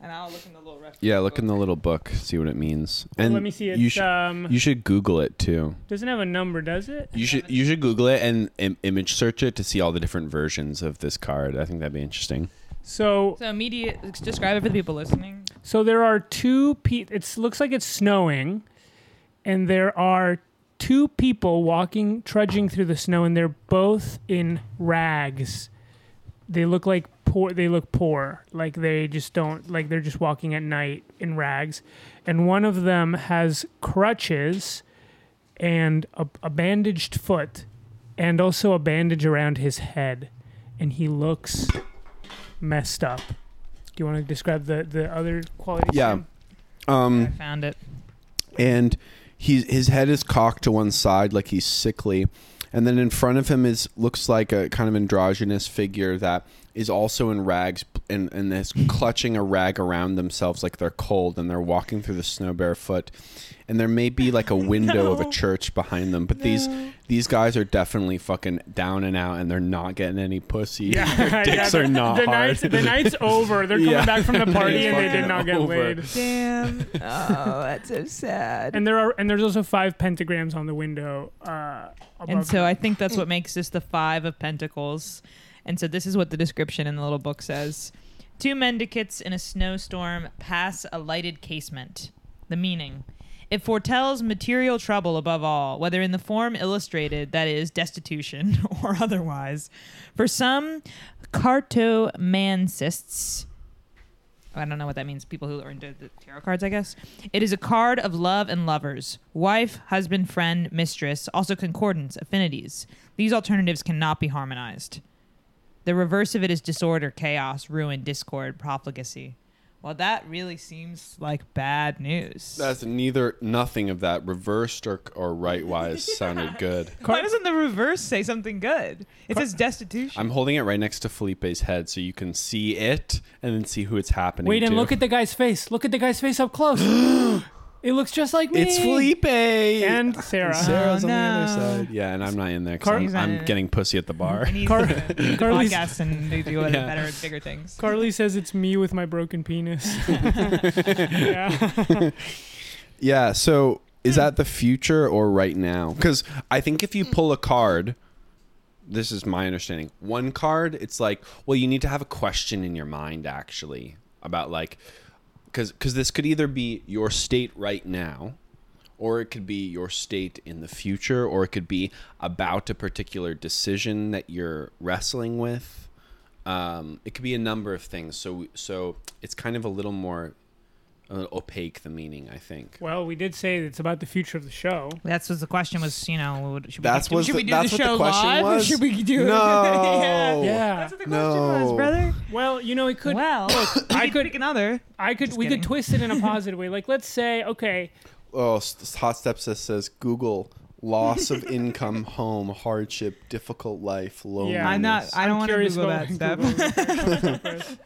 S2: And I'll look in the little reference.
S8: Yeah, look in the little book, see what it means. And
S4: Let me see it.
S8: You, sh-
S4: um,
S8: you should Google it too.
S4: doesn't have a number, does it?
S8: You should you should Google it and Im- image search it to see all the different versions of this card. I think that'd be interesting.
S4: So
S2: So immediate. Describe it for the people listening.
S4: So there are two pe It looks like it's snowing, and there are two people walking, trudging through the snow, and they're both in rags. They look like poor. They look poor. Like they just don't. Like they're just walking at night in rags, and one of them has crutches, and a, a bandaged foot, and also a bandage around his head, and he looks messed up. Do you want to describe the the other quality?
S8: Yeah. Um,
S2: I found it.
S8: and he's his head is cocked to one side like he's sickly and then in front of him is looks like a kind of androgynous figure that is also in rags and, and is clutching a rag around themselves like they're cold and they're walking through the snow barefoot and there may be like a window of a church behind them but these these guys are definitely fucking down and out and they're not getting any pussy their dicks
S4: the-
S8: are not
S4: the
S8: hard
S4: night's the night's over. They're coming
S8: Yeah.
S4: back from the party and they
S8: fucking
S4: did not get
S8: over.
S4: laid.
S2: Damn. Oh, that's so sad.
S4: And there are and there's also five pentagrams on the window. Uh, above
S2: And so I think that's what makes this the Five of Pentacles. And so this is what the description in the little book says Two mendicantes in a snowstorm pass a lighted casement. The meaning. It foretells material trouble above all, whether in the form illustrated, that is, destitution, or otherwise. For some cartomancists, I don't know what that means. People who are into the tarot cards, I guess. It is a card of love and lovers, wife, husband, friend, mistress, also concordance, affinities. These alternatives cannot be harmonized. The reverse of it is disorder, chaos, ruin, discord, profligacy. Well, that really seems like bad news.
S8: that's neither nothing of that reversed or, or right wise sounded good
S15: Why doesn't the reverse say something good? It says destitution.
S8: I'm holding it right next to Felipe's head so you can see it and then see who it's happening
S4: Wait
S8: to.
S4: and look at the guy's face. Look at the guy's face up close. it looks just like me.
S8: It's Felipe! And
S4: and Sarah.
S8: Sarah's on the
S2: Oh, no.
S8: other side. Yeah, and I'm not in there
S4: Car-
S8: because
S2: He's
S8: I'm,
S2: not in
S8: I'm
S2: it.
S8: getting pussy at the bar.
S2: It needs
S4: Car-
S2: to do the
S4: Carly's-
S2: podcast and they do other
S8: Yeah.
S2: better and bigger things.
S4: Carly says it's me with my broken penis. yeah.
S8: Yeah, so is that the future or right now? Because I think if you pull a card, this is my understanding. One card, it's like, well, you need to have a question in your mind actually about like, because this could either be your state right now, or it could be your state in the future, or it could be about a particular decision that you're wrestling with. Um, it could be a number of things. So so it's kind of a little more uh, opaque the meaning, I think.
S4: Well, we did say it's about the future of the show.
S2: That's was the question was, you know, would- should we,
S8: That's
S2: do,
S8: was
S2: should
S8: the,
S2: we do
S8: that's
S2: the
S8: what
S2: show
S8: the question
S2: live
S8: was.
S2: or should we do
S8: no.
S4: Yeah.
S2: That's what the question
S8: No.
S2: was, brother.
S4: Well, you know, it could.
S2: well,
S4: I
S2: I could
S4: could.
S2: pick another.
S4: I could. We could
S2: kidding.
S4: twist it in a positive way. Like, let's say, okay,
S8: Oh, s- s- hot stepsis says Google loss of income, home hardship, difficult life, loneliness.
S4: I'm
S2: not- I don't
S4: I'm
S2: wanna
S4: curious
S2: Google
S4: about
S2: that
S4: Google first.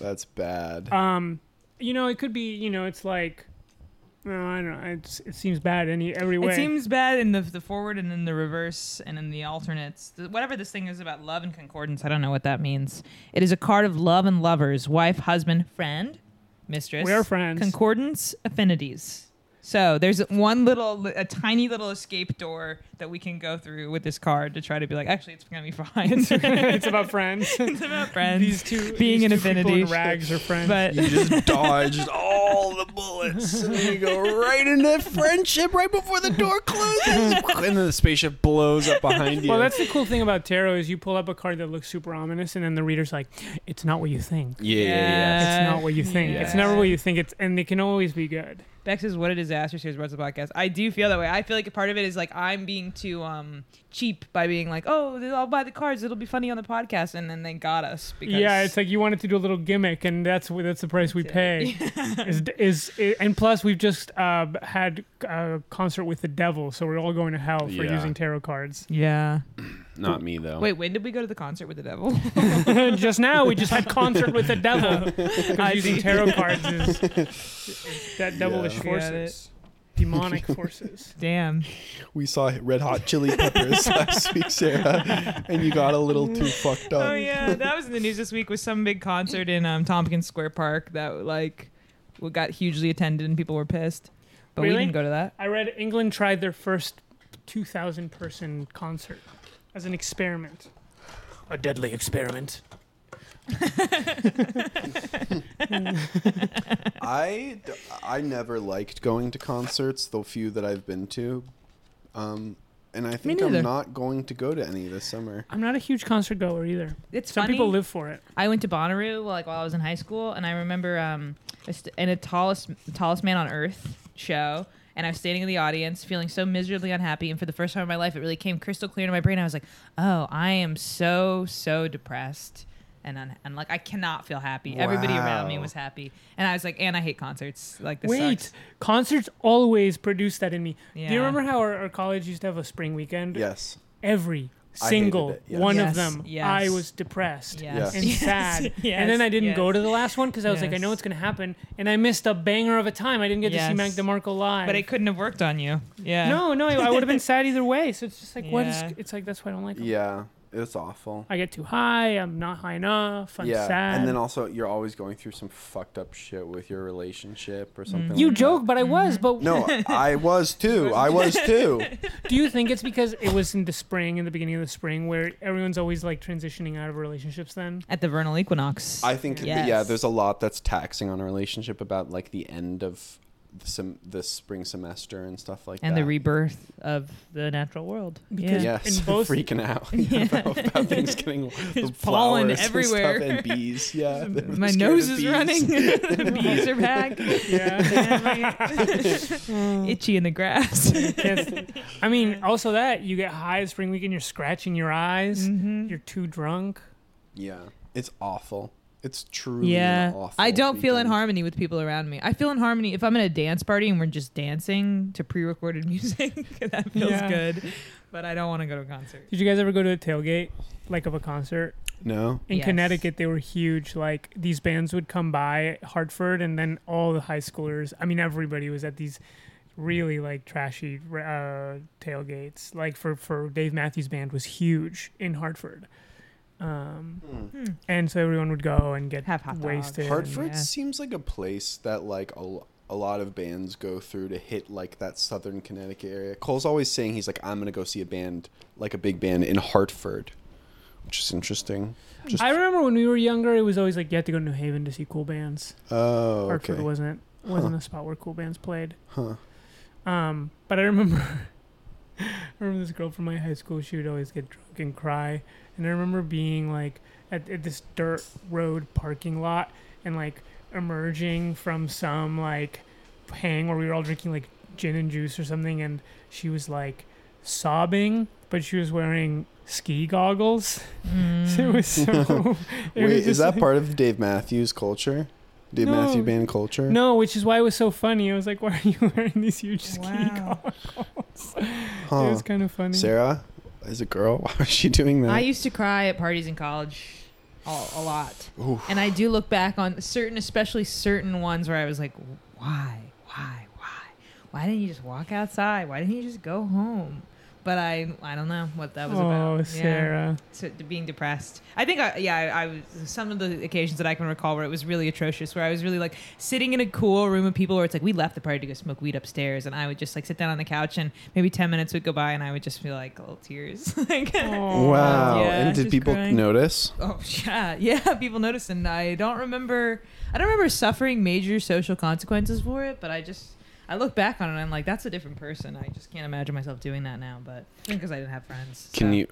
S8: That's bad.
S4: um, you know, it could be. You know, it's like. No, I don't know. It's, it seems bad any every way.
S2: It seems bad in the the forward and in the reverse and in the alternates. The- Whatever this thing is about love and concordance, I don't know what that means. It is a card of love and lovers, wife, husband, friend, mistress.
S4: We are friends.
S2: Concordance, affinities. So there's one little, a tiny little escape door that we can go through with this card to try to be like, actually, it's gonna be fine. it's
S4: it's about friends.
S2: about friends.
S4: these two
S2: Being an
S4: these two people
S2: affinity.
S4: in rags are friends.
S2: but
S8: you just oh, dodged all the bullets, and then you go right into friendship right before the door closes, and then the spaceship blows up behind you.
S4: Well, that's the cool thing about tarot is you pull up a card that looks super ominous, and then the reader's like, "It's not what you think. It's
S8: yeah, yeah, yeah.
S2: Yeah.
S4: not what you think. It's never what you think. It's and it can always be good."
S2: Bex is what a disaster she was about the podcast. I do feel that way. I feel like a part of it is like I'm being too um cheap by being like, oh, I'll buy the cards. It'll be funny on the podcast, and then they got us. Because
S4: Yeah, it's like you wanted to do a little gimmick, and that's wh- that's the price we pay. is, is i and plus we've just uh, had a concert with the devil, so we're all going to hell for
S8: Yeah.
S4: using tarot cards.
S2: yeah.
S8: Not me though.
S2: Wait, when did we go to the concert with the devil?
S4: just now, we just had concert with the devil because using tarot cards is, is that devilish
S8: Yeah.
S4: forces, demonic forces.
S2: Damn.
S8: we saw Red Hot Chili Peppers last week, Sarah, and you got a little too fucked up.
S2: Oh yeah, that was in the news this week with some big concert in um Tompkins Square Park that like w- got hugely attended and people were pissed. But we
S4: Really?
S2: didn't go to that.
S4: I read England tried their first 2,000 person concert as an experiment.
S16: A deadly experiment.
S8: I, d- I never liked going to concerts, the few that I've been to. Um, and I think I'm
S2: neither.
S8: not going to go to any this summer.
S4: I'm not a huge concert goer either.
S2: It's
S4: Some
S2: funny.
S4: people live for it.
S2: I went to Bonnaroo like while I was in high school, and I remember um, I st- in a tallest tallest man on earth show, and I was standing in the audience feeling so miserably unhappy. And for the first time in my life, it really came crystal clear to my brain. I was like, oh, I am so, so depressed. And un- and like I cannot feel happy. Everybody around me
S3: Wow.
S2: was happy, and I was like, and I hate concerts. Like this
S4: Wait,
S2: sucks.
S4: concerts always produce that in me. Do
S2: Yeah.
S4: you remember how our, our college used to have a spring weekend?
S8: Yes.
S4: Every
S8: I hated
S4: single
S8: it, yes.
S4: one
S2: Yes,
S4: of them,
S2: yes.
S4: I was depressed
S2: Yes.
S4: and
S2: Yes,
S4: sad.
S2: yes,
S4: and then I didn't go
S2: yes.
S4: to the last one because I was like, I know
S2: Yes.
S4: it's going to happen. And I missed a banger of a time. I didn't get to see
S2: Yes.
S4: Mac DeMarco live.
S2: But it couldn't have worked on you. Yeah.
S4: no, no, I would have been sad either way. So it's just like, what is.
S2: Yeah.
S4: It's like, that's why I don't like them.
S8: Yeah. It's awful.
S4: I get too high. I'm not high enough. I'm
S8: yeah.
S4: sad.
S8: And then also, you're always going through some fucked up shit with your relationship or something.
S4: you
S8: like
S4: joke, but I was.
S2: Mm-hmm.
S4: But
S8: That. No, I was too. I was too.
S4: Do you think it's because it was in the spring, in the beginning of the spring, where everyone's always like transitioning out of relationships then?
S2: At the vernal equinox.
S8: I think
S2: Yes.
S8: yeah, there's a lot that's taxing on a relationship about like the end of the, sem- the spring semester and stuff like
S2: and
S8: that.
S2: the rebirth of the natural world.
S4: Because-
S2: yeah.
S8: yes,
S4: in both-
S8: freaking out about, about things getting the
S2: pollen
S8: flowers
S2: everywhere.
S8: and, stuff and bees. Yeah, I'm
S2: My
S8: scared
S2: nose
S8: of
S2: is
S8: bees.
S2: running. the bees are back.
S4: Yeah.
S2: Itchy in the grass.
S4: I mean, also that you get high spring weekend, you're scratching your eyes,
S2: Mm-hmm.
S4: you're too drunk.
S8: Yeah, it's awful. It's truly an
S2: yeah.
S8: awful.
S2: I don't feel in
S8: weekend.
S2: harmony with people around me. I feel in harmony if I'm in a dance party and we're just dancing to pre recorded music. that feels
S4: Yeah.
S2: good. But I don't want to go to a concert.
S4: Did you guys ever go to a tailgate, like of a concert
S8: No,
S4: in
S2: Yes.
S4: Connecticut? They were huge. Like these bands would come by Hartford, and then all the high schoolers. I mean, everybody was at these really like trashy uh, tailgates. Like for for Dave Matthews Band was huge in Hartford. Um, and so everyone would go and get
S2: Hmm. Have hot dogs.
S4: wasted.
S8: Hartford
S2: Yeah.
S8: seems like a place that like a, l- a lot of bands go through to hit like that southern Connecticut area. Cole's always saying he's like, I'm gonna go see a band, like a big band in Hartford, which is interesting. Just
S4: I remember when we were younger, it was always like you had to go to New Haven to see cool bands.
S8: oh, okay.
S4: Hartford wasn't wasn't a spot where cool bands played.
S8: Huh.
S4: Um, but I remember, I remember this girl from my high school. She would always get drunk and cry, and I remember being like at, at this dirt road parking lot and like emerging from some like hang where we were all drinking like gin and juice or something, and she was like sobbing, but she was wearing ski goggles. so
S2: Mm.
S4: it was so. it was
S8: Wait, is
S4: just,
S8: that
S4: like-
S8: part of Dave Matthews culture? Dave
S4: No.
S8: Matthews band culture?
S4: No, which is why it was so funny. I was like, why are you wearing these huge ski
S2: Wow.
S4: goggles? It
S8: Huh.
S4: was kind of funny.
S8: Oh. Sarah is a girl. Why was she doing
S2: I
S8: that?
S2: used to cry at parties in college a, a lot.
S8: Oof.
S2: And I do look back on certain, especially certain ones where I was like, why, why, why? Why didn't you just walk outside? Why didn't you just go home? But I, I don't know what that was
S4: oh,
S2: about. Yeah.
S4: Sarah.
S2: So, to being depressed. I think, I, yeah, I, I was some of the occasions that I can recall where it was really atrocious, where I was really like sitting in a cool room of people where it's like we left the party to go smoke weed upstairs, and I would just like sit down on the couch and maybe ten minutes would go by, and I would just feel like little tears. like,
S4: Oh.
S8: wow.
S2: um, Yeah,
S8: and did
S2: just
S8: people
S2: crying.
S8: notice?
S2: Oh yeah, yeah. People noticed, and I don't remember. I don't remember suffering major social consequences for it, but I just I look back on it, and I'm like, that's a different person. I just can't imagine myself doing that now. But because I didn't have friends.
S8: Can
S2: so.
S8: you?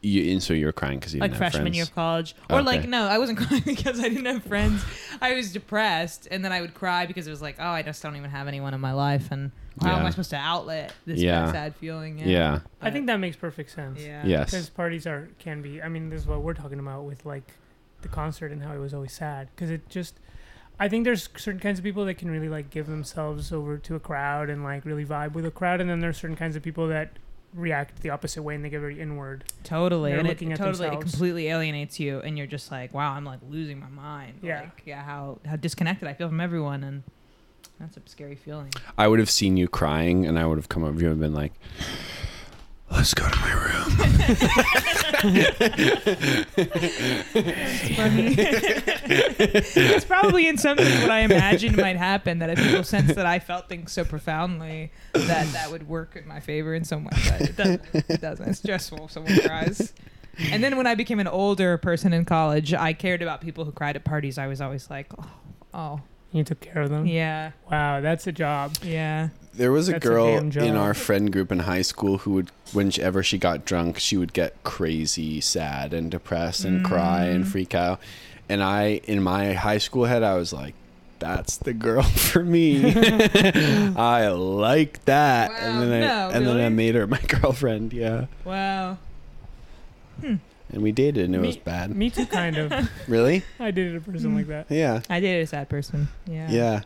S8: You and so you were crying because you
S2: Like
S8: didn't have
S2: freshman
S8: friends.
S2: year of college, or like
S8: Okay.
S2: no, I wasn't crying because I didn't have friends. I was depressed, and then I would cry because it was like, oh, I just don't even have anyone in my life, and how am
S8: Yeah.
S2: I supposed to outlet this
S8: Yeah.
S2: sad feeling?
S8: yeah.
S4: I think that makes perfect sense.
S2: yeah,
S4: Because
S8: Yes.
S4: parties are can be. I mean, this is what we're talking about with like the concert and how it was always sad. Because it just, I think there's certain kinds of people that can really like give themselves over to a crowd and like really vibe with a crowd, and then there's certain kinds of people that react the opposite way and they get very inward.
S2: Totally,
S4: They're
S2: and it
S4: looking at
S2: totally it
S4: themselves.
S2: completely alienates you, and you're just like, wow, I'm like losing my mind.
S4: Yeah.
S2: like, yeah. How how disconnected I feel from everyone, and that's a scary feeling.
S8: I would have seen you crying, and I would have come over to you and been like,
S3: Let's go to my room.
S2: That's probably in some sense what I imagine might happen. That if people sense that I felt things so profoundly, that that would work in my favor in some way. But it doesn't. It doesn't. It's stressful if someone cries. And then when I became an older person in college, I cared about people who cried at parties. I was always like, oh, oh
S4: You took care of them.
S2: yeah,
S4: Wow, that's a job.
S2: yeah.
S8: There was a
S4: That's a
S8: girl
S4: damn
S8: in
S4: job.
S8: our friend group in high school who would, whenever she got drunk, she would get crazy, sad,
S2: Mm.
S8: and depressed, and cry and freak out. And I, in my high school head, I was like, that's the girl for me. I like that. and then I
S2: Wow, no,
S8: and then I
S2: really?
S8: made her my girlfriend. Yeah,
S2: Wow.
S8: and we dated, and it was
S4: Me-
S8: bad.
S4: Me too, kind of.
S8: Really?
S4: I dated a person like that.
S8: Yeah.
S2: I dated a sad person. Yeah.
S8: Yeah.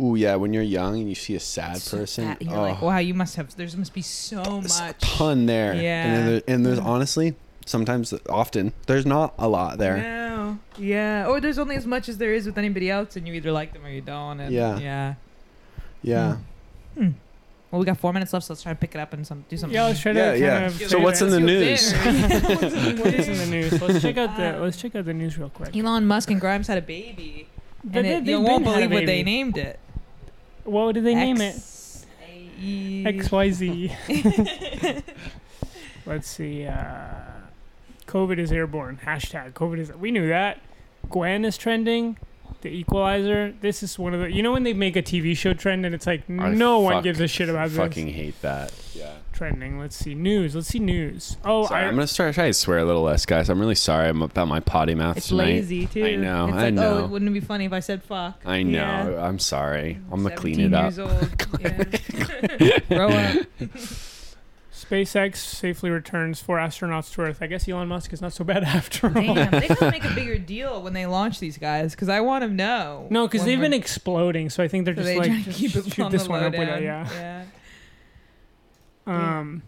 S8: Ooh, yeah. When you're young and you see a sad
S2: So
S8: person,
S2: sad. And you're
S8: oh,
S2: like, wow, you must have. There must be so
S8: there's a
S2: much.
S8: ton there. And, then
S2: Yeah. Mm.
S8: there, and there's honestly sometimes, often, there's not a lot there.
S2: No. Yeah. Or there's only as much as there is with anybody else, and you either like them or you don't. And
S8: Yeah.
S2: Yeah. Hmm.
S8: Yeah.
S2: Well, we got four minutes left, so let's try and pick it up and some do something.
S4: Yeah, let's try to
S8: Yeah,
S4: kind
S8: yeah.
S4: of.
S8: So what's in the
S2: Let's
S8: news?
S2: go there.
S4: What is in the news? Let's check out the let's check out the news real quick.
S2: Elon Musk and Grimes had a baby,
S4: But
S2: and
S4: they-
S2: it,
S4: they've
S2: you won't
S4: been had a
S2: believe what they
S4: baby.
S2: named it.
S4: What did they name it?
S2: X- E. A-
S4: X Y Z. Let's see. Uh, COVID is airborne. Hashtag COVID is. We knew that. Gwen is trending. The Equalizer. This is one of the. You know when they make a TV show trend and it's like no one
S8: fuck-
S4: gives a shit about
S8: Fucking
S4: this
S8: hate that. Yeah.
S4: trending. Let's see news. Let's see news. Oh,
S8: Sorry,
S4: I,
S8: I'm gonna start try to swear a little less, guys. I'm really sorry I'm about my potty mouth
S2: It's
S8: tonight.
S2: lazy too.
S8: I know,
S2: It's
S8: I
S2: like,
S8: know.
S2: Oh, wouldn't it be funny if I said fuck?
S8: I know. I'm sorry. I'm gonna clean
S2: 17
S8: it up.
S2: years old. Yeah. Grow up.
S4: SpaceX safely returns four astronauts to Earth. I guess Elon Musk is not so bad after all.
S2: Damn, they gotta make a bigger deal when they launch these guys because I want to know.
S4: No, because
S2: when
S4: they've
S2: we're-
S4: been exploding, so I think they're
S2: so
S4: just
S2: they try
S4: like
S2: to keep
S4: "Just
S2: it
S4: shoot
S2: on the
S4: this
S2: low
S4: one up with
S2: down.
S4: it. Yeah. Um,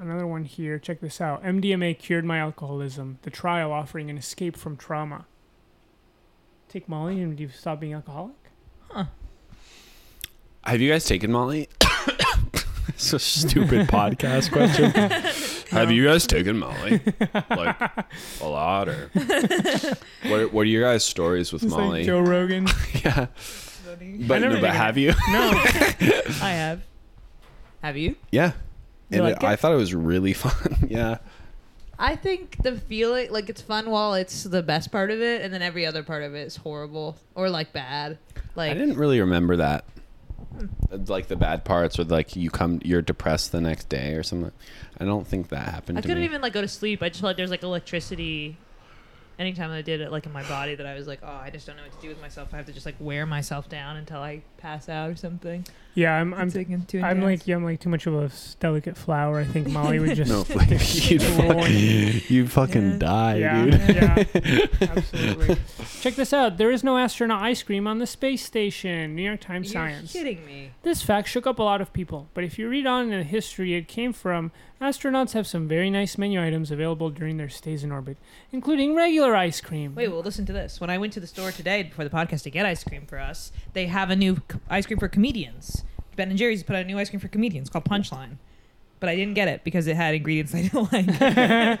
S4: another one here. Check this out. MDMA cured my alcoholism. The trial offering an escape from trauma. Take Molly and you stop being alcoholic.
S8: Have you guys taken Molly? it's a stupid podcast question. Have you guys taken Molly? Like a lot, or what? What are your guys' stories with
S4: It's like
S8: Molly?
S4: Joe Rogan.
S8: yeah,
S4: I
S8: but
S4: never
S8: no, but
S4: taken
S8: have you?
S4: no,
S2: I have. Have you?
S8: yeah, and
S2: like
S8: it- I thought it was really fun. yeah,
S2: I think the feeling, like it's fun while it's the best part of it, and then every other part of it is horrible or like bad.
S8: I
S2: Like
S8: didn't really remember that.
S2: Hmm.
S8: Like the bad parts, or like you come, you're depressed the next day, or something. I don't think that happened.
S3: I
S8: to
S3: couldn't
S8: me.
S3: even like go to sleep. I just felt like there's like electricity. Anytime I did it, like in my body, that I was like, oh, I just don't know what to do with myself. I have to just like wear myself down until I pass out or something.
S4: yeah, I'm, I'm,
S2: taking two.
S4: I'm like, yeah, I'm like too much of a s- delicate flower. I think Molly would just.
S8: No, you'd, fucking, you'd fucking die,
S4: yeah,
S8: dude.
S4: yeah, absolutely. Check this out. There is no astronaut ice cream on the space station. New York Times Science.
S2: kidding me.
S4: This fact shook up a lot of people, but if you read on in the history it came from, astronauts have some very nice menu items available during their stays in orbit, including regular ice cream.
S2: Wait, well, listen to this. When I went to the store today before the podcast to get ice cream for us, they have a new c- ice cream for comedians. Ben and Jerry's put out a new ice cream for comedians called Punchline, but I didn't get it because it had ingredients I didn't like.
S8: What,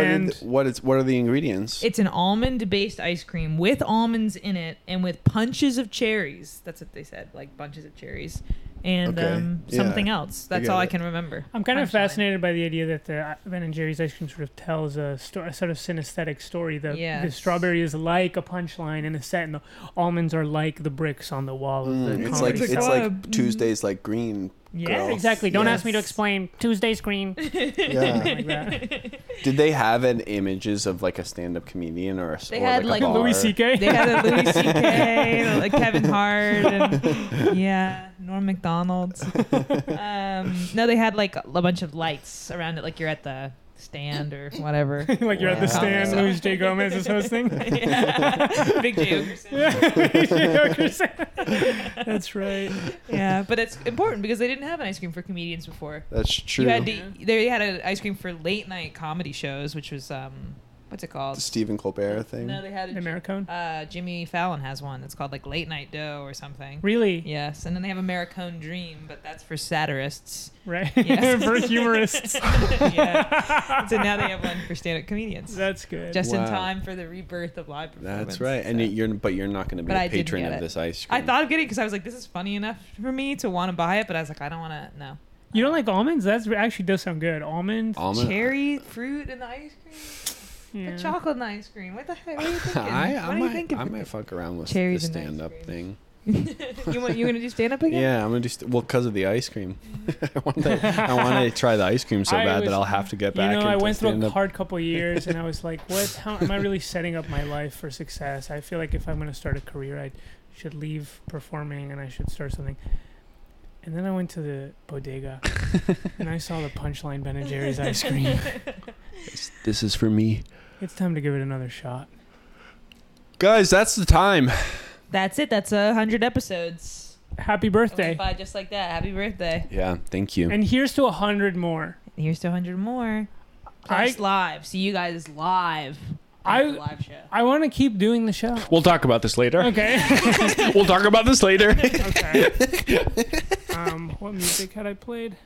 S8: did-
S4: And-
S8: what is what are the ingredients?
S2: It's an almond based ice cream with almonds in it and with punches of cherries. That's what they said, like bunches of cherries and
S8: Okay,
S2: um,
S8: yeah.
S2: something else. That's
S8: got
S2: all I
S8: it.
S2: can remember.
S4: I'm kind of
S2: Punchline.
S4: fascinated by the idea that the uh, Ben and Jerry's ice cream sort of tells a, sto- a sort of synesthetic story. The, the
S2: Yes.
S4: strawberry is like a punchline in a set, and the almonds are like the bricks on the wall of the
S8: Mm, it's
S4: comedy
S8: like
S4: store.
S8: it's like Tuesdays like green.
S2: Yeah,
S8: girl.
S4: Exactly. Don't
S8: Yes.
S4: ask me to explain. Tuesday's green.
S8: Yeah.
S4: Like that.
S8: Did they have an images of like a stand up comedian or a s-
S2: They
S8: or,
S2: had,
S8: like,
S2: like,
S8: a bar?
S4: Louis C.K.
S2: They had a Louis C.K., like Kevin Hart, and yeah, Norm McDonald's. Um, no, they had like a bunch of lights around it, like you're at the stand or whatever.
S4: like you're at
S8: Wow.
S4: the stand. Luis J. Gomez is hosting.
S2: Yeah. Big J. Ogerson.
S4: That's right.
S2: Yeah, but it's important because they didn't have an ice cream for comedians before.
S8: That's true.
S2: You had to, they had an ice cream for late night comedy shows, which was um, what's it
S8: The
S2: called?
S8: Stephen Colbert thing.
S2: No, they had a,
S4: Americone.
S2: uh, Jimmy Fallon has one that's called like Late Night Dough or something.
S4: Really?
S2: Yes, and then they have Americone Dream, but that's for satirists.
S4: Right.
S2: Yes.
S4: For humorists.
S2: yeah. So now they have one for stand-up comedians,
S4: That's good.
S2: just
S8: Wow.
S2: in time for the rebirth of live performance.
S8: That's right. And
S2: so.
S8: you're but you're not going to be
S2: But
S8: a
S2: I didn't
S8: patron
S2: get
S8: of
S2: it.
S8: this ice cream.
S2: I thought of getting because I was like, this is funny enough for me to want to buy it, but I was like, I don't want to. No.
S4: you don't like almonds? That actually does sound good. Almonds.
S8: Almond-
S2: Cherry fruit in the ice cream.
S4: Yeah.
S2: Put chocolate in the ice cream. What the heck? What are you thinking?
S8: I,
S2: what
S8: I
S2: are you
S8: might
S2: thinking?
S8: I might fuck around with
S2: Cherries and
S8: the
S2: ice
S8: stand up
S2: cream.
S8: thing.
S2: You want you gonna do stand up again?
S8: Yeah, I'm gonna do st- well because of the ice cream. I want to I want to try the ice cream so
S4: I
S8: bad
S4: was-
S8: that I'll have to get
S4: You
S8: back.
S4: know,
S8: into
S4: I went through a
S8: stand-up.
S4: hard couple years, and I was like, "What? How am I really setting up my life for success?" I feel like if I'm going to start a career, I should leave performing and I should start something. And then I went to the bodega, and I saw the punchline Ben and Jerry's ice cream.
S3: This is for me.
S4: It's time to give it another shot.
S8: Guys, that's the time.
S2: That's it. That's a hundred episodes.
S4: Happy
S2: It went
S4: birthday!
S2: by just like that. Happy birthday.
S8: Yeah, thank you.
S4: And here's to a hundred more.
S2: Here's to hundred more.
S4: I-
S2: Plus live. See you guys live.
S4: I-
S2: At the live show.
S4: I want to keep doing the show.
S3: We'll talk about this later.
S4: Okay.
S3: we'll talk about this later.
S4: okay. Um, what music had I played?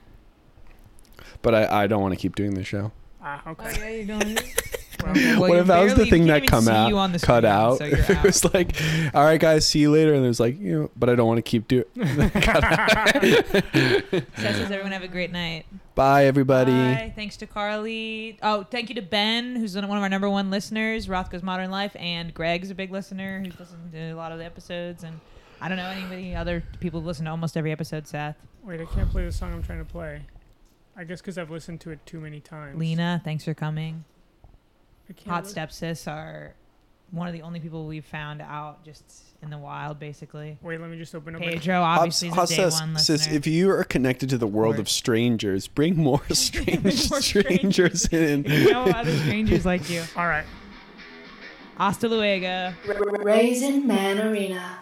S8: But I, I don't want to keep doing this show.
S4: Ah, okay.
S2: yeah, you're doing
S8: What if that was the thing that come out, cut out?
S2: So
S8: If
S2: you're
S8: it
S2: out.
S8: was like, all right, guys, see you later, and it was like, you know, but I don't want to keep doing.
S2: Seth says everyone have a great night.
S8: Bye, everybody.
S2: Bye. Thanks to Carly. Oh, thank you to Ben, who's one of our number one listeners. Rothko's Modern Life, and Greg's a big listener who's listened to a lot of the episodes. And I don't know anybody other people who listen to almost every episode. Seth,
S4: Wait, I can't play the song I'm trying to play. I guess because I've listened to it too many times.
S2: Lena, thanks for coming.
S4: I can't
S2: Hot
S4: li-
S2: Step Sis are one of the only people we've found out just in the wild, basically.
S4: Wait, let me just open up. my-
S2: Pedro obviously is a day
S8: says,
S2: one
S8: says,
S2: listener.
S8: if you are connected to the world
S2: Or-
S8: of strangers, bring more, strange,
S2: More
S8: strangers in.
S2: no other strangers like you.
S4: All right.
S2: Hasta luego.
S1: Raisin Man Arena.